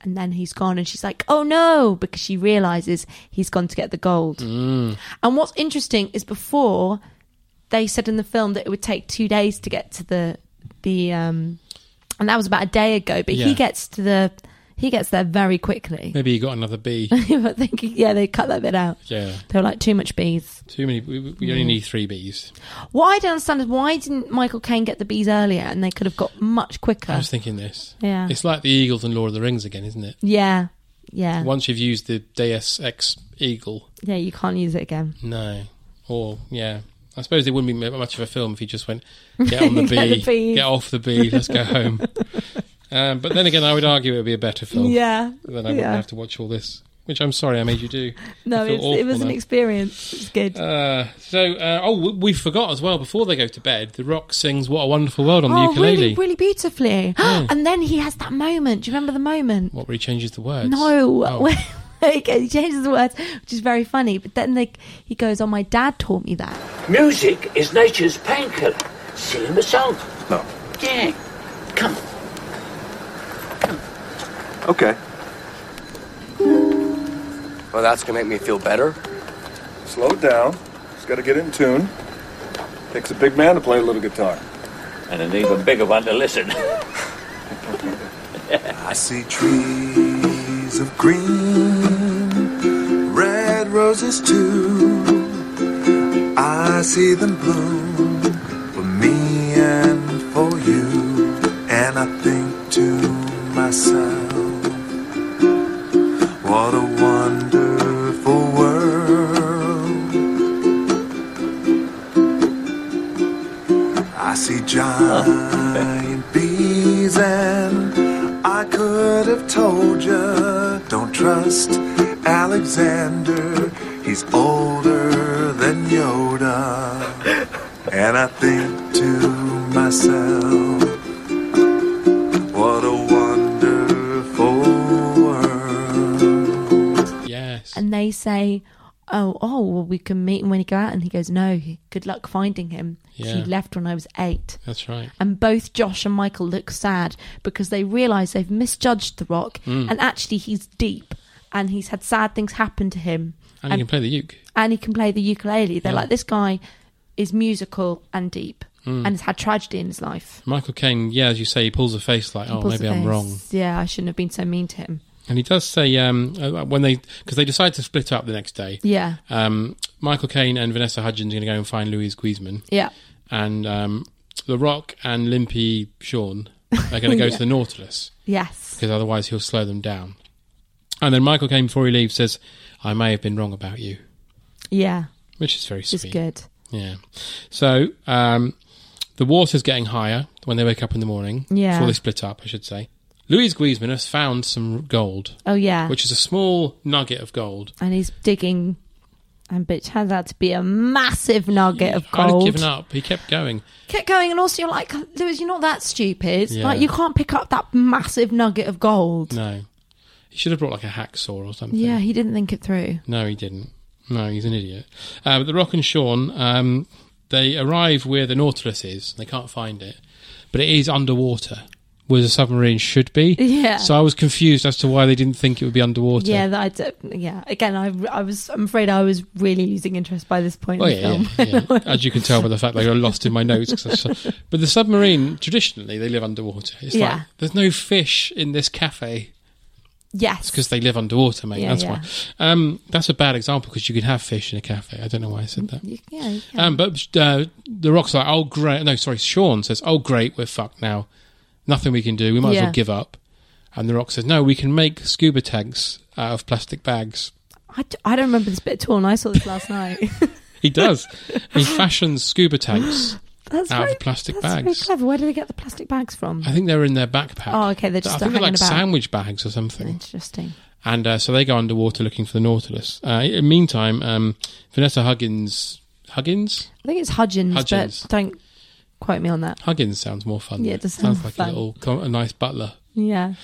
and then he's gone and she's like oh no because she realizes he's gone to get the gold
Mm.
and what's interesting is before they said in the film that it would take two days to get to the the um and that was about a day ago but
Yeah.
he gets to the he gets there very quickly
Maybe you got another B.
I think yeah they cut that bit out
Yeah.
they were like too much bees
Too many. We, we only
Mm.
need three Bs.
what i don't understand is why didn't michael caine get the bees earlier and they could have got much quicker
I was thinking this.
Yeah.
It's like the Eagles and Lord of the Rings again, isn't it?
yeah yeah
Once you've used the Deus Ex Eagle,
yeah you can't use it again
no. Or, yeah. I suppose it wouldn't be m- much of a film if you just went, get on the
Get the
bee,
bees.
get off the bee, let's go home. um, but then again, I would argue it would be a better film.
Yeah,
Then I wouldn't
yeah.
have to watch all this, which I'm sorry I made you do.
no
I feel
it's, it was
awful
an
now.
experience it's good
Uh, so, uh, oh, we- we forgot as well. Before they go to bed, The Rock sings "What a Wonderful World" on the
oh,
ukulele. Hmm.
really, really beautifully.
Yeah.
and then he has that moment. Do you remember the moment?
What? Where he changes the words?
No,
Oh.
where he changes the words, which is very funny. But then like he goes, "Oh, my dad taught me that."
Music is nature's painkiller. Sing him a song.
No.
Yeah. Come.
Okay.
Well, that's gonna make me feel better.
Slow down. Just gotta get in tune. Takes a big man to play a little guitar.
And an even bigger one to listen.
I see trees of green, red roses too. I see them bloom for me and for you. And I think to myself, what a wonderful world. I see giant bees and I could have told you. Don't trust Alexander, he's older than Yoda. And I think to myself, what a wonderful world.
Yes.
And they say, "Oh, oh, well, we can meet him when he go out." And he goes, "No, good luck finding him. 'cause He
Yeah.
left when I was eight.
That's right.
And both Josh and Michael look sad because they realise they've misjudged The Rock,
Mm.
and actually he's deep, and he's had sad things happen to him,
And he can play the uke.
and he can play the ukulele. They're
Yeah.
like, this guy is musical and deep,
Mm.
and has had tragedy in his life.
Michael Caine, yeah, as you say, he pulls a face like,
He
"Oh,
pulls
maybe
the
I'm
face.
wrong."
Yeah, I shouldn't have been so mean to him.
And he does say um, uh, when they because they decide to split up the next day.
Yeah.
Um, Michael Caine and Vanessa Hudgens are going to go and find Louise Guizman.
Yeah.
And um, The Rock and Limpy Sean are going to go
Yeah.
to the Nautilus.
Yes.
Because otherwise he'll slow them down. And then Michael Caine, before he leaves, says, "I may have been wrong about you,"
Yeah,
which is very
which is
sweet.
good.
Yeah. So um, the water's getting higher when they wake up in the morning.
Yeah.
Before they split up, I should say. Louise Guizman has found some gold.
Oh, yeah.
Which is a small nugget of gold.
And he's digging, and but it turns out to be a massive nugget of
I'd have
gold.
given up. He kept going.
Kept going, and also you're like, Lewis, you're not that stupid.
Yeah.
Like you can't pick up that massive nugget of gold.
No. He should have brought like a hacksaw or something.
Yeah, he didn't think it through.
No, he didn't. No, he's an idiot. Uh, but the Rock and Sean, um, they arrive where the Nautilus is. They can't find it, but it is underwater, where the submarine should be.
Yeah.
So I was confused as to why they didn't think it would be underwater.
Yeah, that I don't, yeah. Again, I, I was. I'm afraid I was really losing interest by this point
Well,
in the
Oh, yeah,
film.
yeah, yeah. as you can tell by the fact that I got lost in my notes. 'cause I saw- but the submarine, traditionally, they live underwater. It's like
Yeah.
there's no fish in this cafe.
Yes.
because they live underwater, mate.
Yeah,
that's
yeah.
why. Um, that's a bad example because you can have fish in a cafe. I don't know why I said that.
Yeah, you can.
Um, but uh, the rock's like, oh great, no, sorry. Sean says, oh great, we're fucked now. Nothing we can do. We might as
Yeah.
well give up. And the rock says, no, we can make scuba tanks out of plastic bags.
I, d- I don't remember this bit at all, and I saw this last night.
He does. he fashions scuba tanks
That's
out
very-
of plastic
That's very
bags.
clever. Where do they get the plastic bags from?
I think they're in their backpack.
Oh, okay, they're just
I think they're
hanging
like
about.
sandwich bags or something.
Interesting.
And uh, so they go underwater looking for the Nautilus. Uh, in the meantime, um, Vanessa Huggins. Huggins?
I think it's Hudgens,
Hudgens.
but don't quote me on that.
Huggins sounds more fun.
Yeah, it does
sounds
sound
like a
fun.
little, co- a nice butler.
Yeah.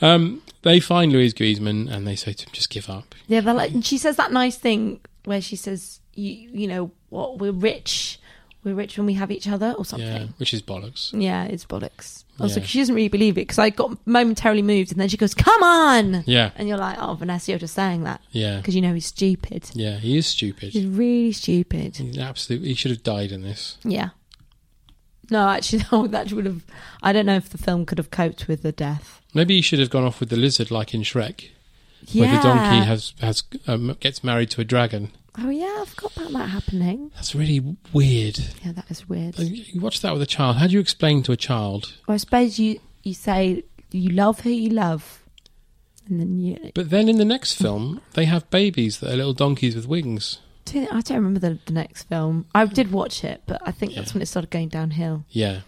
Um, they find Louise Griezmann and they say to him, just give up.
Yeah,
Mm-hmm.
they're like, and she says that nice thing where she says, "You, you know, what we're rich, we're rich when we have each other or something.
Yeah, which is bollocks.
Yeah, it's bollocks. Also,
Yeah.
'cause she doesn't really believe it because I got momentarily moved, and then she goes, "Come on!"
Yeah.
and you're like, "Oh, Vanessa, you're just saying that."
Yeah.
because you know he's stupid.
Yeah, he is stupid.
He's really stupid.
He's absolutely. He should have died in this.
Yeah. No, actually, no, that would have. I don't know if the film could have coped with the death.
Maybe he should have gone off with the lizard, like in Shrek, where
Yeah.
the donkey has has um, gets married to a dragon.
Oh yeah, I forgot about that happening.
That's really weird.
Yeah, that is weird.
Like, you watch that with a child. How do you explain to a child?
Well, I suppose you you say you love who you love, and then you.
But then in the next film, they have babies that are little donkeys with wings.
Do you think- I don't remember the, the next film. I did watch it, but I think that's when it started going downhill.
Yeah.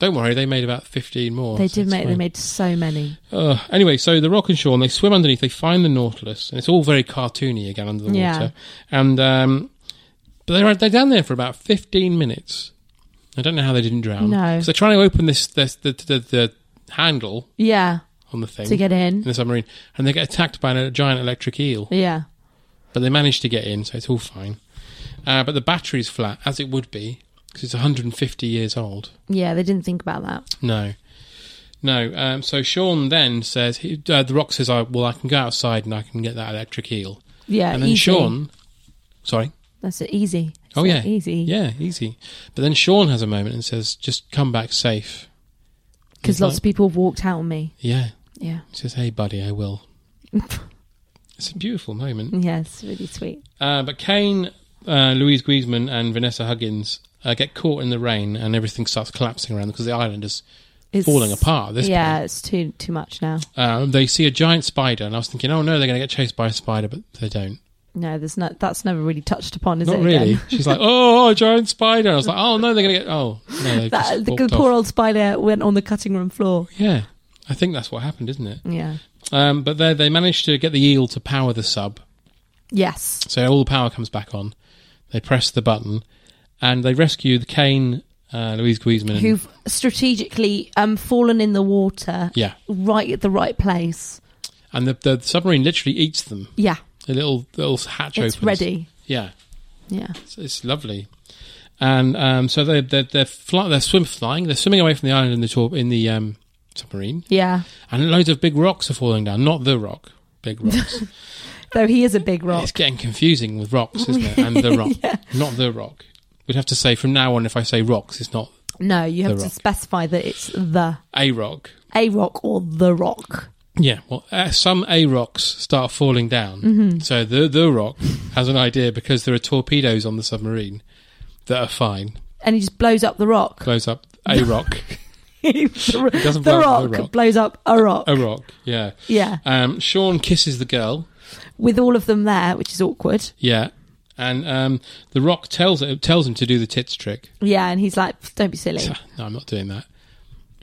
Don't worry, they made about fifteen more.
they
so
did
it's
make they
fine.
made so many.
Uh, anyway, so the Rock and Shaw, and they swim underneath. They find the Nautilus, and it's all very cartoony again under the
Yeah.
water. And um, but they're they're down there for about fifteen minutes. I don't know how they didn't drown.
No.
'Cause they're trying to open this, this the, the the handle
Yeah,
on the thing
To get in.
in the submarine, and they get attacked by a giant electric eel.
yeah.
But they manage to get in, so it's all fine. Uh, but the battery's flat, as it would be, because it's 150 years old.
Yeah, they didn't think about that.
No. No. Um, so Sean then says, he, uh, The Rock says, I, Well, I can go outside and I can get that electric eel.
Yeah,
And then
Uh, easy.
Sean. Sorry.
That's it, easy. It's
oh,
that
yeah.
easy.
Yeah, easy. But then Sean has a moment and says, Just come back safe.
Because
He's
lots
like-
of people have walked out on me.
Yeah.
Yeah.
He says, Hey, buddy, I will. it's a beautiful moment.
Yeah, it's really sweet.
Uh, but Kane, uh, Louise Griezmann, and Vanessa Huggins uh, get caught in the rain, and everything starts collapsing around them because the island is
It's
falling apart. at This
yeah, it's too too much now.
point. Um, they see a giant spider, and I was thinking, oh no, they're going to get chased by a spider, but they don't.
No, there's no that's never really touched upon, is
Not
it?
really.
again?
She's like, oh, a giant spider. I was like, oh no, they're going to get. Oh no, they
that,
just
the
walked
poor
off.
old spider went on the cutting room floor.
Yeah, I think that's what happened, isn't it?
Yeah.
Um, but they they managed to get the eel to power the sub,
Yes.
So all the power comes back on. They press the button, and they rescue the Kane, uh, Louise Griezmann. and-
Who've strategically um fallen in the water.
Yeah.
Right at the right place.
and the, the submarine literally eats them.
Yeah.
A little little hatch
It's
opens.
ready.
Yeah,
Yeah.
it's, it's lovely. And um, so they they're they're, fly, they're swim flying. They're swimming away from the island in the tor- in the um, submarine.
Yeah.
And loads of big rocks are falling down. Not the rock, big rocks.
Though he is a big rock.
it's getting confusing with rocks, isn't it? And the rock, not the rock. We'd have to say from now on, if I say rocks, it's not
No, you
The
have to
rock.
specify that it's the
a rock.
a rock or the rock.
Yeah, well, uh, some A rocks start falling down.
Mhm.
So the the rock has an idea because there are torpedoes on the submarine that are fine.
And he just blows up the rock.
Blows up A rock,
the
doesn't
the
blow up
rock,
the rock.
blows up a rock
a rock. Yeah,
Yeah.
Um, Sean kisses the girl.
with all of them there, which is awkward.
Yeah, and um, the rock tells tells him to do the tits trick.
Yeah, and he's like, "Don't be silly."
No, I'm not doing that.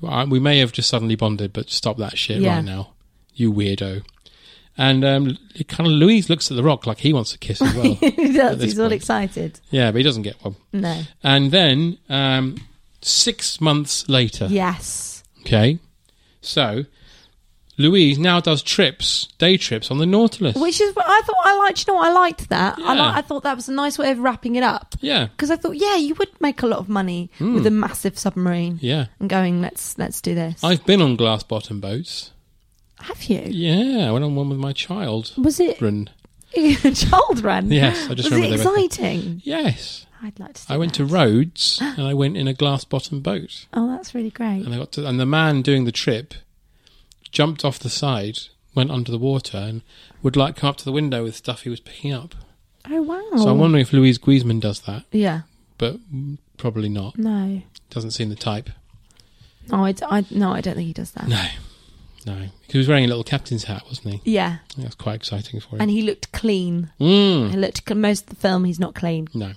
Well, I- we may have just suddenly bonded, but stop that shit
Yeah.
right now, you weirdo. And um, kind of Louise looks at the rock like he wants a kiss as well.
he
at
does.
this
He's all
point.
excited.
Yeah, but he doesn't get one.
No.
And then um, six months later.
Yes.
Okay. So Louise now does trips, day trips on the Nautilus.
Which is, I thought I liked. You know, what? I liked that. I,
Yeah.
li- I thought that was a nice way of wrapping it up.
Yeah.
Because I thought, yeah, you would make a lot of money
Mm.
with a massive submarine.
Yeah.
And going, let's let's do this.
I've been on glass bottom boats.
Have you?
Yeah, I went on one with my child.
Was it-
Bryn.
Child run.
Yes, I just
was
remember
it
they were-
exciting.
Yes.
I'd like to.
I went to Rhodes and I went in a glass bottom boat.
Oh, that's really great.
And I got to, and the man doing the trip jumped off the side, went under the water and would like come up to the window with stuff he was picking up.
Oh wow.
So I'm wondering if Louise Griezmann does that.
Yeah.
but mm, probably not.
No.
Doesn't seem the type.
Oh, I, d- I- no, I don't think he does that.
No, no. He was wearing a little captain's hat, wasn't he?
Yeah.
That was quite exciting for him.
And he looked clean.
Mm.
He looked cl- most of the film. He's not clean.
No,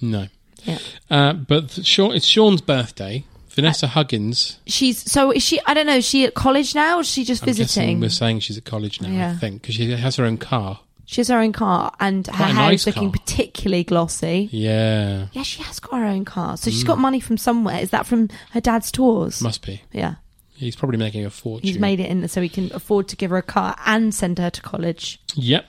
no.
Yeah.
Uh, but th- Sean, it's Sean's birthday.
Uh,
Vanessa Huggins.
She's so is she? I don't know. Is she at college now? Or is she just
I'm guessing
visiting?
we're saying she's at college now. I
Yeah.
think because she has her own car.
She has her own car, and her
Quite a
hair
nice
is looking
car.
particularly glossy.
Yeah,
Yeah, she has got her own car, so she's
Mm.
got money from somewhere. Is that from her dad's tours?
must be.
Yeah,
He's probably making a fortune.
he's made it in so he can afford to give her a car and send her to college.
Yep.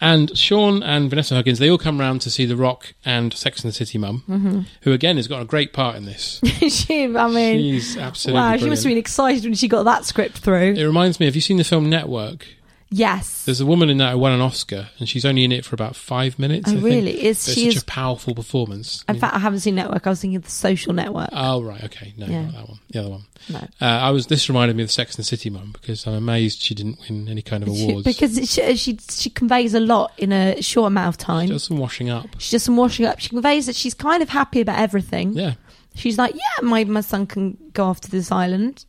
And Sean and Vanessa Huggins, they all come round to see The Rock and Sex and the City Mum,
Mhm.
who again has got a great part in this.
she, I mean,
She's absolutely
wow. She must have been excited when she got that script through.
It reminds me, have you seen the film Network?
Yes.
There's a woman in that who won an Oscar, and she's only in it for about five minutes.
Oh,
I think.
really? Is
But it's
she
such
is-
a powerful performance?
In fact, I haven't seen Network. I was thinking of the Social Network.
Oh right, okay, no,
Yeah.
not that one, the other one.
No.
Uh, I was. This reminded me of the Sex and the City mum because I'm amazed she didn't win any kind of
She-
awards.
because it- she, she she conveys a lot in a short amount of time. She
does some washing up.
She does some washing up. She conveys that she's kind of happy about everything.
Yeah.
She's like, yeah, my my son can go off to this island,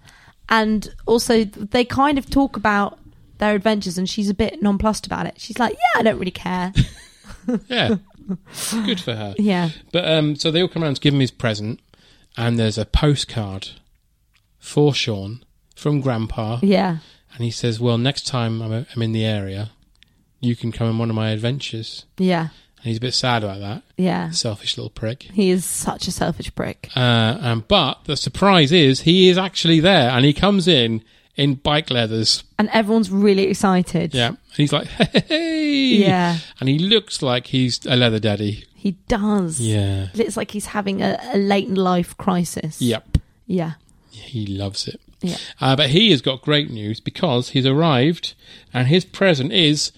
and also they kind of talk about their adventures, and she's a bit nonplussed about it. She's like, yeah, I don't really care.
yeah, good for her.
Yeah.
But um, so they all come around to give him his present, and there's a postcard for Sean from Grandpa.
Yeah.
And he says, "Well, next time I'm, I'm in the area, you can come on one of my adventures."
Yeah.
And he's a bit sad about that.
Yeah.
Selfish little prick.
He is such a selfish prick.
Uh, and but the surprise is he is actually there, and he comes in in bike leathers.
And everyone's really excited.
Yeah, and he's like, "Hey!"
Yeah.
and he looks like he's a leather daddy.
He does.
Yeah.
It's like he's having a, a late in life crisis.
Yep,
Yeah.
he loves it.
Yeah.
Uh, but he has got great news because he's arrived, and his present is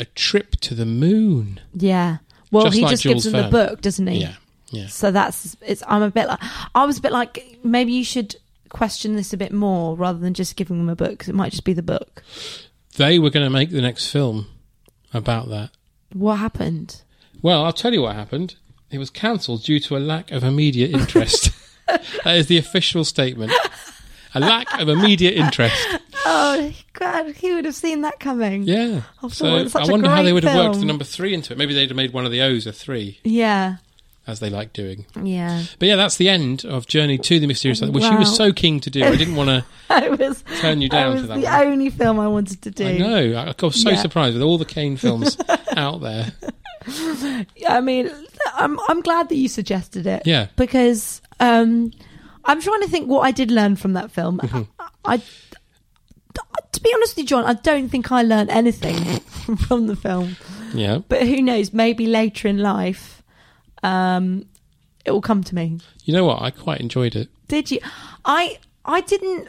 a trip to the moon.
Yeah. Well,
Just
he
like
just
Jules
gives them the
Verne.
book, doesn't he?
Yeah. Yeah.
So that's it's. I'm a bit like I was a bit like maybe you should question this a bit more rather than just giving them a book 'cause it might just be the book.
They were going to make the next film about that.
What happened?
Well, I'll tell you what happened. It was cancelled due to a lack of immediate interest. that is the official statement. A lack of immediate interest.
Oh God, he would have seen that coming.
Yeah.
After
So
all, it's such
I
a
wonder how
great
they would have worked
film.
the number three into it. Maybe they'd have made one of the O's a three,
Yeah.
as they like doing.
Yeah.
But yeah, that's the end of Journey to the Mysterious Island, which you were
Wow.
so keen to do. I didn't want to.
I was
Turn you down
I was
for that
The
one.
only film I wanted to do.
I know. I I was so
Yeah.
surprised with all the Kane films out there.
I mean, I'm I'm glad that you suggested it.
Yeah.
Because um, I'm trying to think what I did learn from that film.
Mhm.
I, to be honest with you, John, I don't think I learned anything from the film.
Yeah.
But who knows? Maybe later in life, um, it will come to me.
You know what? I quite enjoyed it.
Did you? I I didn't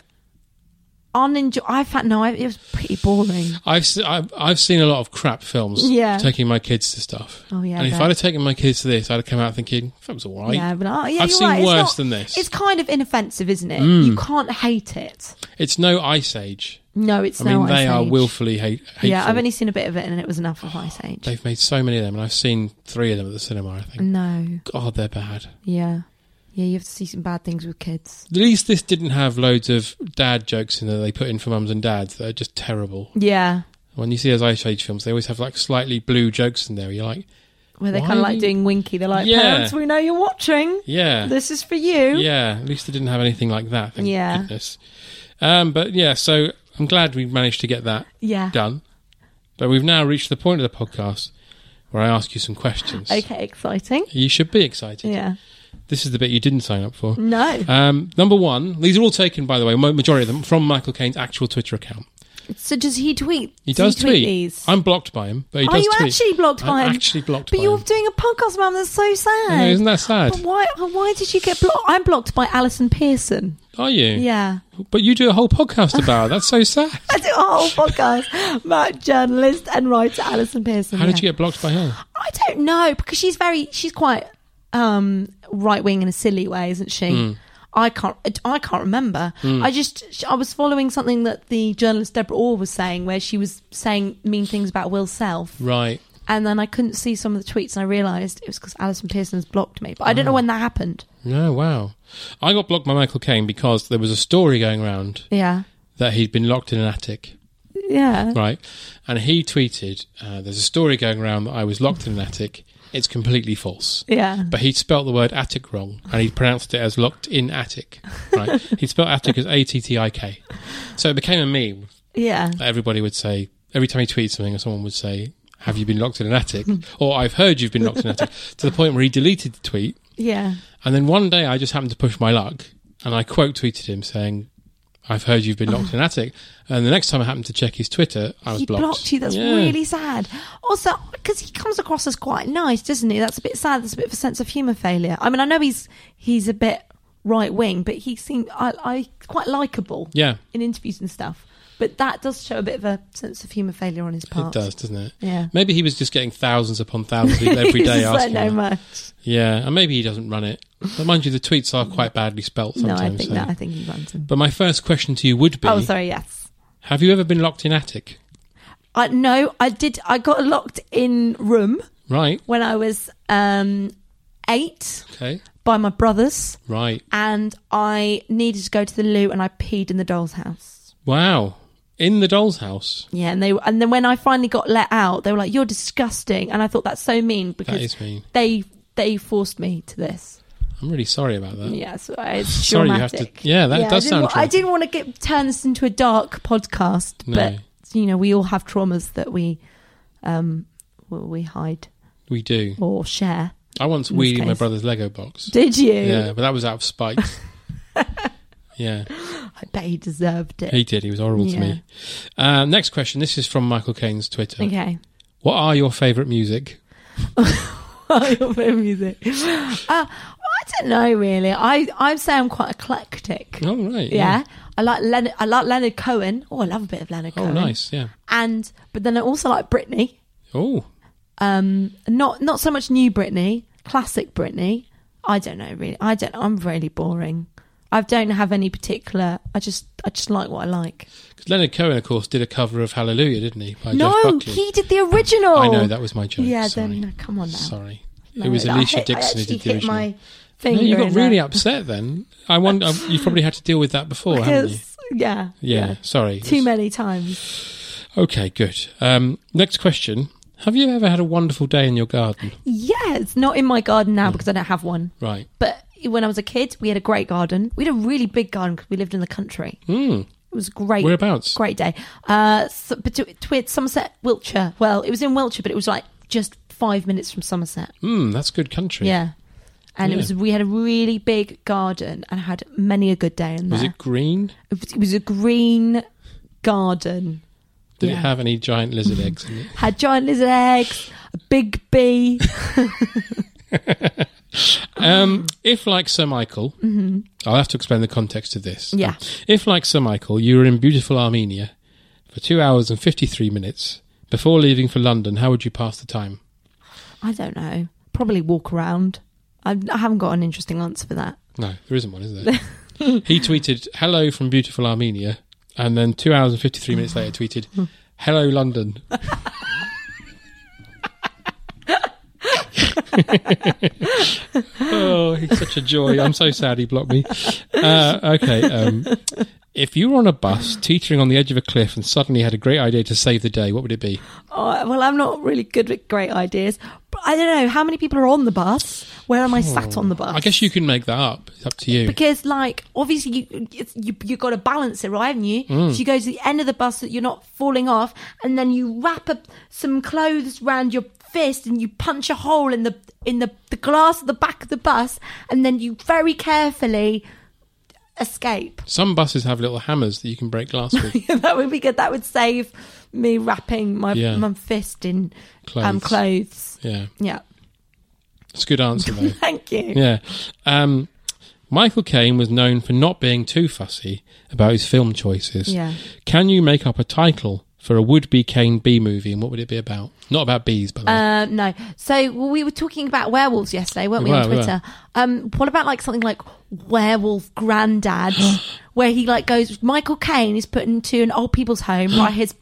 unenjoy. I found no, I, it was pretty boring.
I've, se- I've I've seen a lot of crap films.
Yeah.
Taking my kids to stuff.
Oh, yeah, I
And if
bet.
I'd have taken my kids to this, I'd have come out thinking that was all right.
Yeah, but oh, yeah, you're
I've seen
right. It's
worse
not-
than this.
It's kind of inoffensive, isn't it?
Mm.
You can't hate it.
It's no Ice Age.
No, it's
I mean,
no
they
Ice
are
Age.
willfully hate. Hateful.
Yeah, I've only seen a bit of it, and it was enough of Ice Age.
They've made so many of them, and I've seen three of them at the cinema. I
Mm.
think.
No.
God, they're bad.
Yeah, yeah, you have to see some bad things with kids.
At least this didn't have loads of dad jokes in there. They put in for mums and dads that are just terrible.
Yeah,
When you see those Ice Age films, they always have like slightly blue jokes in there. You're like,
where they're
Why
kind of
are
like
you-
doing winky. They're like,
Yeah.
parents, we know you're watching.
Yeah.
this is for you.
Yeah, at least they didn't have anything like that. Thank
Yeah.
goodness. Um, but yeah, so I'm glad we managed to get that
Yeah.
done. But we've now reached the point of the podcast where I ask you some questions.
Okay, exciting.
You should be excited.
Yeah. Mm.
This is the bit you didn't sign up for.
No.
Um, number one, these are all taken, by the way, mo- majority of them from Michael Caine's actual Twitter account.
So does he tweet?
He does
he
tweet.
these?
I'm blocked by him, but he
Are
does
you
tweet.
actually blocked
I'm
by him?
actually blocked
But
by
you're
him.
doing a podcast, Mum. That's so sad.
I know, isn't that sad?
But why? Why did you get blocked? I'm blocked by Alison Pearson.
Are you?
Yeah.
But you do a whole podcast about it. That's so sad.
I do oh, a whole podcast about journalist and writer Alison Pearson.
How
yeah.
did you get blocked by her?
I don't know because she's very she's quite um, right wing in a silly way, isn't she?
Mm.
I can't I can't remember.
Mm.
I just I was following something that the journalist Deborah Orr was saying, where she was saying mean things about Will Self,
Right.
and then I couldn't see some of the tweets, and I realised it was because Alison Pearson has blocked me. But I don't know
Oh.
when that happened.
No, wow. I got blocked by Michael Caine because there was a story going around
Yeah,
that he'd been locked in an attic,
yeah.
right? And he tweeted, uh, "There's a story going around that I was locked in an attic. It's completely false."
Yeah.
But he spelt the word attic wrong, and he pronounced it as locked in attic. Right? he spelt attic as A T T I K, so it became a meme.
Yeah.
That everybody would say every time he tweeted something, someone would say, "Have you been locked in an attic?"
Hmm.
or "I've heard you've been locked in an attic." to the point where he deleted the tweet.
Yeah.
And then one day I just happened to push my luck and I quote tweeted him saying, I've heard you've been locked in an attic. And the next time I happened to check his Twitter, I was
he
blocked.
blocked you. That's
Yeah.
really sad. Also, because he comes across as quite nice, doesn't he? That's a bit sad. That's a bit of a sense of humour failure. I mean, I know he's he's a bit right wing, but he seemed I, I quite likable.
Yeah.
in interviews and stuff. But that does show a bit of a sense of humour failure on his
It
part.
does, doesn't it?
Yeah.
Maybe he was just getting thousands upon thousands of people every day
He's
asking.
just like, no
him.
much.
Yeah, and maybe he doesn't run it. But mind you, the tweets are quite badly spelt
No,
sometimes.
I think
so-
that I think he runs him.
But my first question to you would be
Oh, sorry. Yes.
Have you ever been locked in attic?
I no, I did. I got locked in room
Right.
when I was um, eight
Okay.
by my brothers,
Right.
and I needed to go to the loo, and I peed in the doll's house.
Wow. In the doll's house.
Yeah, and they and then when I finally got let out, they were like, "You're disgusting," and I thought that's so mean because
is mean.
they they forced me to this.
I'm really sorry about that.
Yeah, so it's
Sorry, you have
traumatic.
to- yeah, that does
I didn't
sound
wa- I
traumatic.
didn't want to get turn this into a dark podcast,
No.
but you know, we all have traumas that we um we hide
We do.
or share.
I once
in this
wheelied my
case.
brother's Lego box.
Did you?
Yeah, but that was out of spite. yeah.
I bet he deserved it.
He did. He was horrible to
Yeah.
me. Um, next question. This is from Michael Caine's Twitter.
Okay.
What are your favourite music?
Your favourite music. Uh, I don't know really. I I'd say I'm quite eclectic.
Oh right.
Yeah. I like Leonard. I like Leonard Cohen. Oh, I love a bit of Leonard
Oh,
Cohen.
nice. Yeah.
And but then I also like Britney.
Oh,
Um, not not so much new Britney, classic Britney. I don't know really. I don't. I'm really boring. I don't have any particular. I just I just like what I like.
'Cause Leonard Cohen, of course, did a cover of Hallelujah, didn't he? By Jeff
no,
Buckley.
he did the original.
I know that was my joke.
Yeah.
Sorry.
Then no, come on now.
Sorry.
No,
it was
I
Alicia
hit- I
Dixon who
actually
did the
hit
original.
my
no,
finger
you got
in
really
that.
upset then. I wonder. you probably had to deal with that before, haven't you?
Because- yeah.
Yeah. Sorry.
Too many times.
Okay. Good. Um, next question. Have you ever had a wonderful day in your garden?
Yeah, it's not in my garden
Hmm.
now because I don't have one.
Right.
But when I was a kid, we had a great garden. We had a really big garden because we lived in the country.
Mm.
It was great.
Whereabouts?
Great day. Uh, so, but to- towards Somerset, Wiltshire. Well, it was in Wiltshire, but it was like just five minutes from Somerset.
Mm, that's good country.
Yeah. And
Yeah.
it was we had a really big garden and had many a good day in there.
Was it green?
It was, it was a green garden.
Did it
Yeah.
have any giant lizard eggs in it?
Had giant lizard eggs, a big bee.
Um, if, like Sir Michael,
Mhm.
I'll have to explain the context of this.
Yeah.
Um, if, like Sir Michael, you were in beautiful Armenia for two hours and 53 minutes before leaving for London, how would you pass the time?
I don't know. Probably walk around. I, I haven't got an interesting answer for that.
No, there isn't one, is there? he tweeted, hello from beautiful Armenia, and then two hours and 53 minutes later tweeted, hello, London. oh, he's such a joy. I'm so sad he blocked me. Uh, okay. Um, if you were on a bus teetering on the edge of a cliff and suddenly had a great idea to save the day, what would it be?
Oh, well, I'm not really good with great ideas. But I don't know. How many people are on the bus? Where am I sat on the bus?
Oh, I guess you can make that up. It's up to you.
Because, like, obviously, you it's, you you got to balance it, right? Haven't you?
Mm.
So you go to the end of the bus so that you're not falling off, and then you wrap up some clothes round your fist and you punch a hole in the in the, the glass at the back of the bus, and then you very carefully escape.
Some buses have little hammers that you can break glass with.
that would be good. That would save me wrapping my
Yeah.
my fist in
Clothes.
um clothes.
Yeah.
Yeah.
It's a good answer, though.
Thank you.
Yeah. Um, Michael Caine was known for not being too fussy about his film choices.
Yeah.
Can you make up a title for a would be Caine B movie and what would it be about? Not about bees, by the way.
Uh, no. So well, we were talking about werewolves yesterday, weren't we,
We
on
were, we
Twitter? um, what about like something like werewolf granddad, where he like goes, Michael Caine is put into an old people's home by his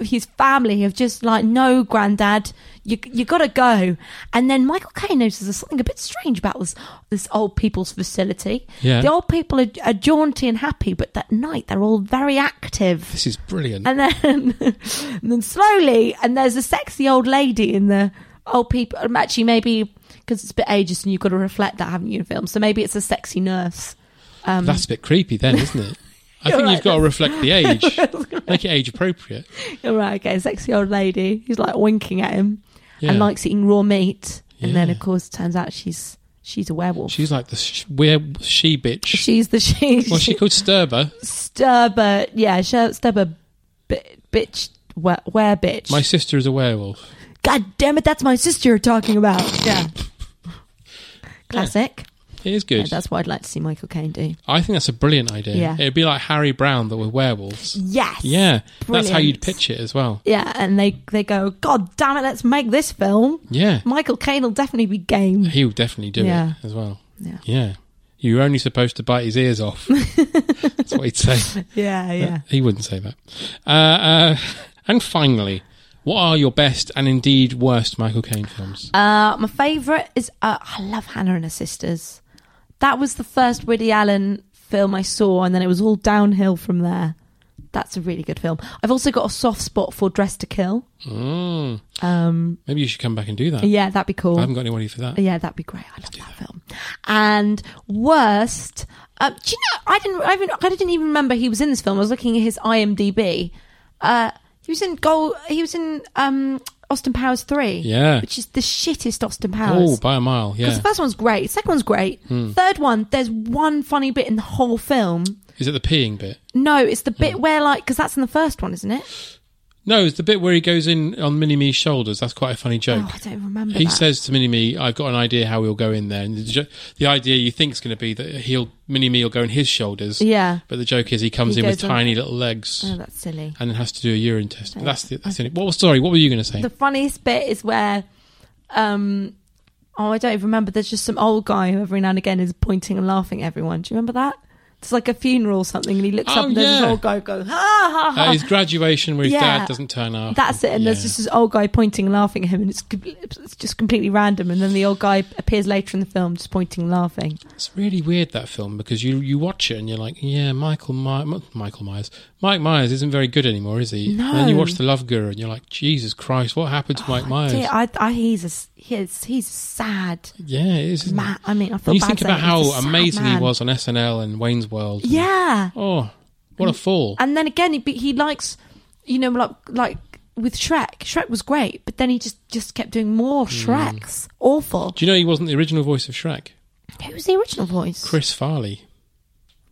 his family have just like no granddad you you gotta go and then michael Caine notices there's something a bit strange about this this old people's facility
Yeah.
the old people are, are jaunty and happy but at night they're all very active
This is brilliant.
and then, and then slowly, and there's a sexy old lady in the old people. um, Actually, maybe because it's a bit ageist and you've got to reflect that, haven't you, in film? So maybe it's a sexy nurse. Um,
That's a bit creepy, then, isn't it? I
You're
think
right,
you've got to
that's-
reflect the age, make it age appropriate.
All right, okay, sexy old lady who's like winking at him
Yeah.
and likes eating raw meat. And then,
Yeah.
of course, it turns out she's She's a werewolf.
She's like the sh- weird she bitch.
She's the she.
What's she called? Sturber.
Sturber, yeah, Sher- Sturber, bi- bitch, were, were bitch.
My sister is a werewolf.
God damn it, that's my sister you're talking about. Yeah. Classic.
It is good.
Yeah, that's what I'd like to see Michael Caine do.
I think that's a brilliant idea.
Yeah.
It'd be like Harry Brown, but with werewolves.
Yes.
Yeah. That's how
Brilliant.
you'd pitch it as well.
Yeah, and they they go, God damn it, let's make this film.
Yeah.
Michael Caine will definitely be game.
He would definitely do
Yeah.
it as well.
Yeah.
Yeah. You're only supposed to bite his ears off. that's what he'd say.
Yeah, yeah.
He wouldn't say that. Uh, uh, and finally, what are your best and indeed worst Michael Caine films?
Uh, my favourite is uh, I love Hannah and her sisters. That was the first Woody Allen film I saw, and then it was all downhill from there. That's a really good film. I've also got a soft spot for Dress to Kill.
Mm.
Um,
Maybe you should come back and do that.
yeah, that'd be cool.
I haven't got anybody for that.
Yeah, that'd be great. I love that, film. And worst, um, do you know? I didn't. I, even, I didn't even remember he was in this film. I was looking at his IMDb. Uh, he was in Gold. He was in um, Austin Powers Three.
Yeah.
which is the shittest Austin
Oh,
Powers.
by a mile.
Because
Yeah.
the first one's great, second one's great,
Hmm.
third one there's one funny bit in the whole film.
Is it the peeing bit?
No, it's the bit
Hmm.
where like because that's in the first one, isn't it?
No, it's the bit where he goes in on Mini Me's shoulders. That's quite a funny joke.
Oh, I don't remember.
He
that.
says to Mini Me, "I've got an idea how we'll go in there." And the, jo- the idea you think is going to be that he'll Mini Me will go in his shoulders.
Yeah.
But the joke is he comes
He
in with
goes on-
tiny little legs.
Oh, that's silly.
And then has to do a urine test. But that's the, that's the only. What was sorry? What were you going to say?
The funniest bit is where, um, oh, I don't even remember. There's just some old guy who every now and again is pointing and laughing at everyone. Do you remember that? It's like a funeral or something, and he looks
Oh,
up and there's
yeah.
this old guy going, ha ha ha.
Uh, his graduation where his
Yeah.
dad doesn't turn up.
That's it, and there's
Yeah.
just this old guy pointing and laughing at him, and it's com- it's just completely random. And then the old guy appears later in the film, just pointing and laughing.
It's really weird that film because you you watch it and you're like, yeah, Michael My- M- Michael Myers, Mike Myers isn't very good anymore, is he? And then you
No. Oh,
watch The Love Guru and you're like, Jesus Christ, what happened to Mike Myers?
Dear, I, I, he's a s- he's he's sad.
yeah, it is. isn't
Ma-
it?
I mean, I feel
When you
bad
think
saying
about
it,
how
he's a sad
amazing he
man.
was on SNL and Wayne's World. and-
Yeah.
oh, what a fool!
And then again, he, be- he likes, you know, like like with Shrek. Shrek was great, but then he just just kept doing more
Mm.
Shreks. Awful.
Do you know he wasn't the original voice of Shrek?
Who was the original voice?
Chris Farley.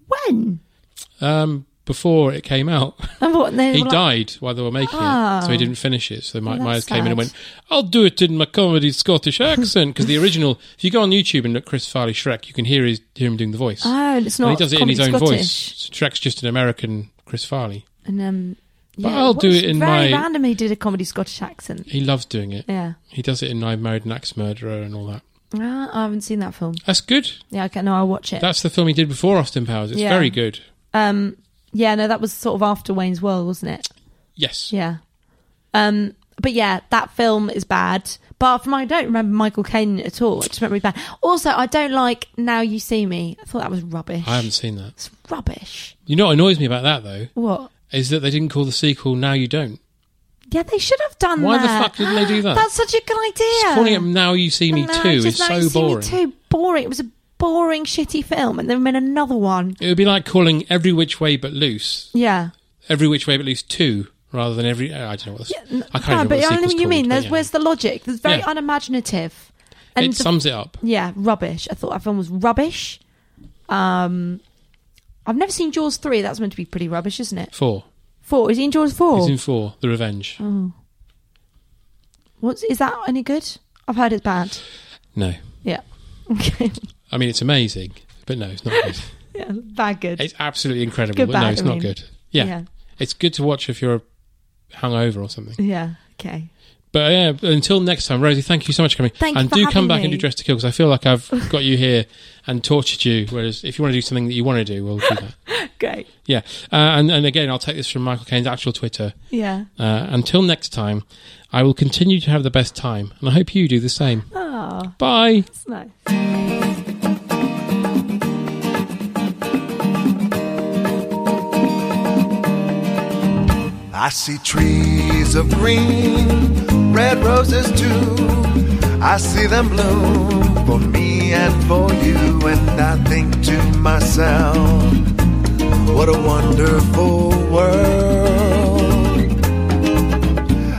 When?
Um, before it came out,
And what, they
he
were like-
died while they were making it, so he
Oh.
didn't finish it. So Mike
that's
Myers came in and
sad.
went, "I'll do it in my comedy Scottish accent," because the original, if you go on YouTube and look Chris Farley Shrek, you can hear his hear him doing the voice.
Oh, and it's
And he
not
does it in his
comedy
own
Scottish.
voice. So Shrek's just an American Chris Farley.
And um,
But
yeah,
I'll do
was
it in
very
my-
random. He did a comedy Scottish accent.
He loves doing it.
Yeah.
he does it in "I Married an Axe Murderer" and all that.
Ah, I haven't seen that film.
That's good.
Yeah, okay, no, I'll watch it.
That's the film he did before Austin Powers. It's
Yeah.
very good.
um, yeah, no, that was sort of after Wayne's World, wasn't it?
Yes.
Yeah. Um, but yeah, that film is bad. But from I don't remember Michael Caine at all. I just remember it bad. Also, I don't like Now You See Me. I thought that was rubbish.
I haven't seen that.
It's rubbish.
You know what annoys me about that though
What?
is that they didn't call the sequel "Now You Don't."
Yeah, they should have done
Why
that.
the fuck didn't they do that?
That's such a good idea.
Just calling it "Now You See Me
No,
Too"
it's
is
just Now You
so
See Me
boring.
Too boring. It was a boring, shitty film, and then made another one.
It would be like calling "Every Which Way But Loose"
Yeah.
"Every Which Way But Loose Two rather than every. uh, I don't know what. The, I can't
no,
remember
but
what the
I know
sequel's
what you
called,
mean.
but
There's,
yeah.
Where's the logic? There's very
Yeah.
unimaginative.
It
the-
sums it up.
Yeah, rubbish. I thought that film was rubbish. Um, I've never seen Jaws three. That's meant to be pretty rubbish, isn't it?
Four.
Four is he in Jaws
It's
four.
in four. The Revenge.
oh, what's is that any good? I've heard it's bad.
No,
Yeah. Okay.
I mean it's amazing, but no, it's not good.
yeah, bad good.
It's absolutely incredible,
Good
but no,
bad,
it's
I
not
mean.
good. Yeah.
Yeah.
it's good to watch if you're hungover or something.
yeah. Okay.
But uh, yeah, until next time, Rosie, thank you so much for coming.
Thank you
and
for
do
having
come back and
me.
do Dress to Kill because I feel like I've got you here and tortured you. Whereas if you want to do something that you want to do, we'll do that.
Great.
Yeah. Uh, and, and again, I'll take this from Michael Caine's actual Twitter.
Yeah.
Uh, until next time, I will continue to have the best time. And I hope you do the same.
Oh,
Bye.
that's nice.
I see trees of green, red roses too. I see them bloom for me and for you. And I think to myself, what a wonderful world.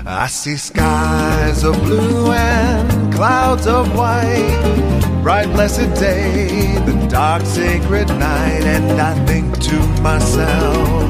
I see skies of blue and clouds of white. Bright, blessed day, the dark, sacred night. And I think to myself,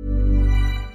GreatBigOwl.com.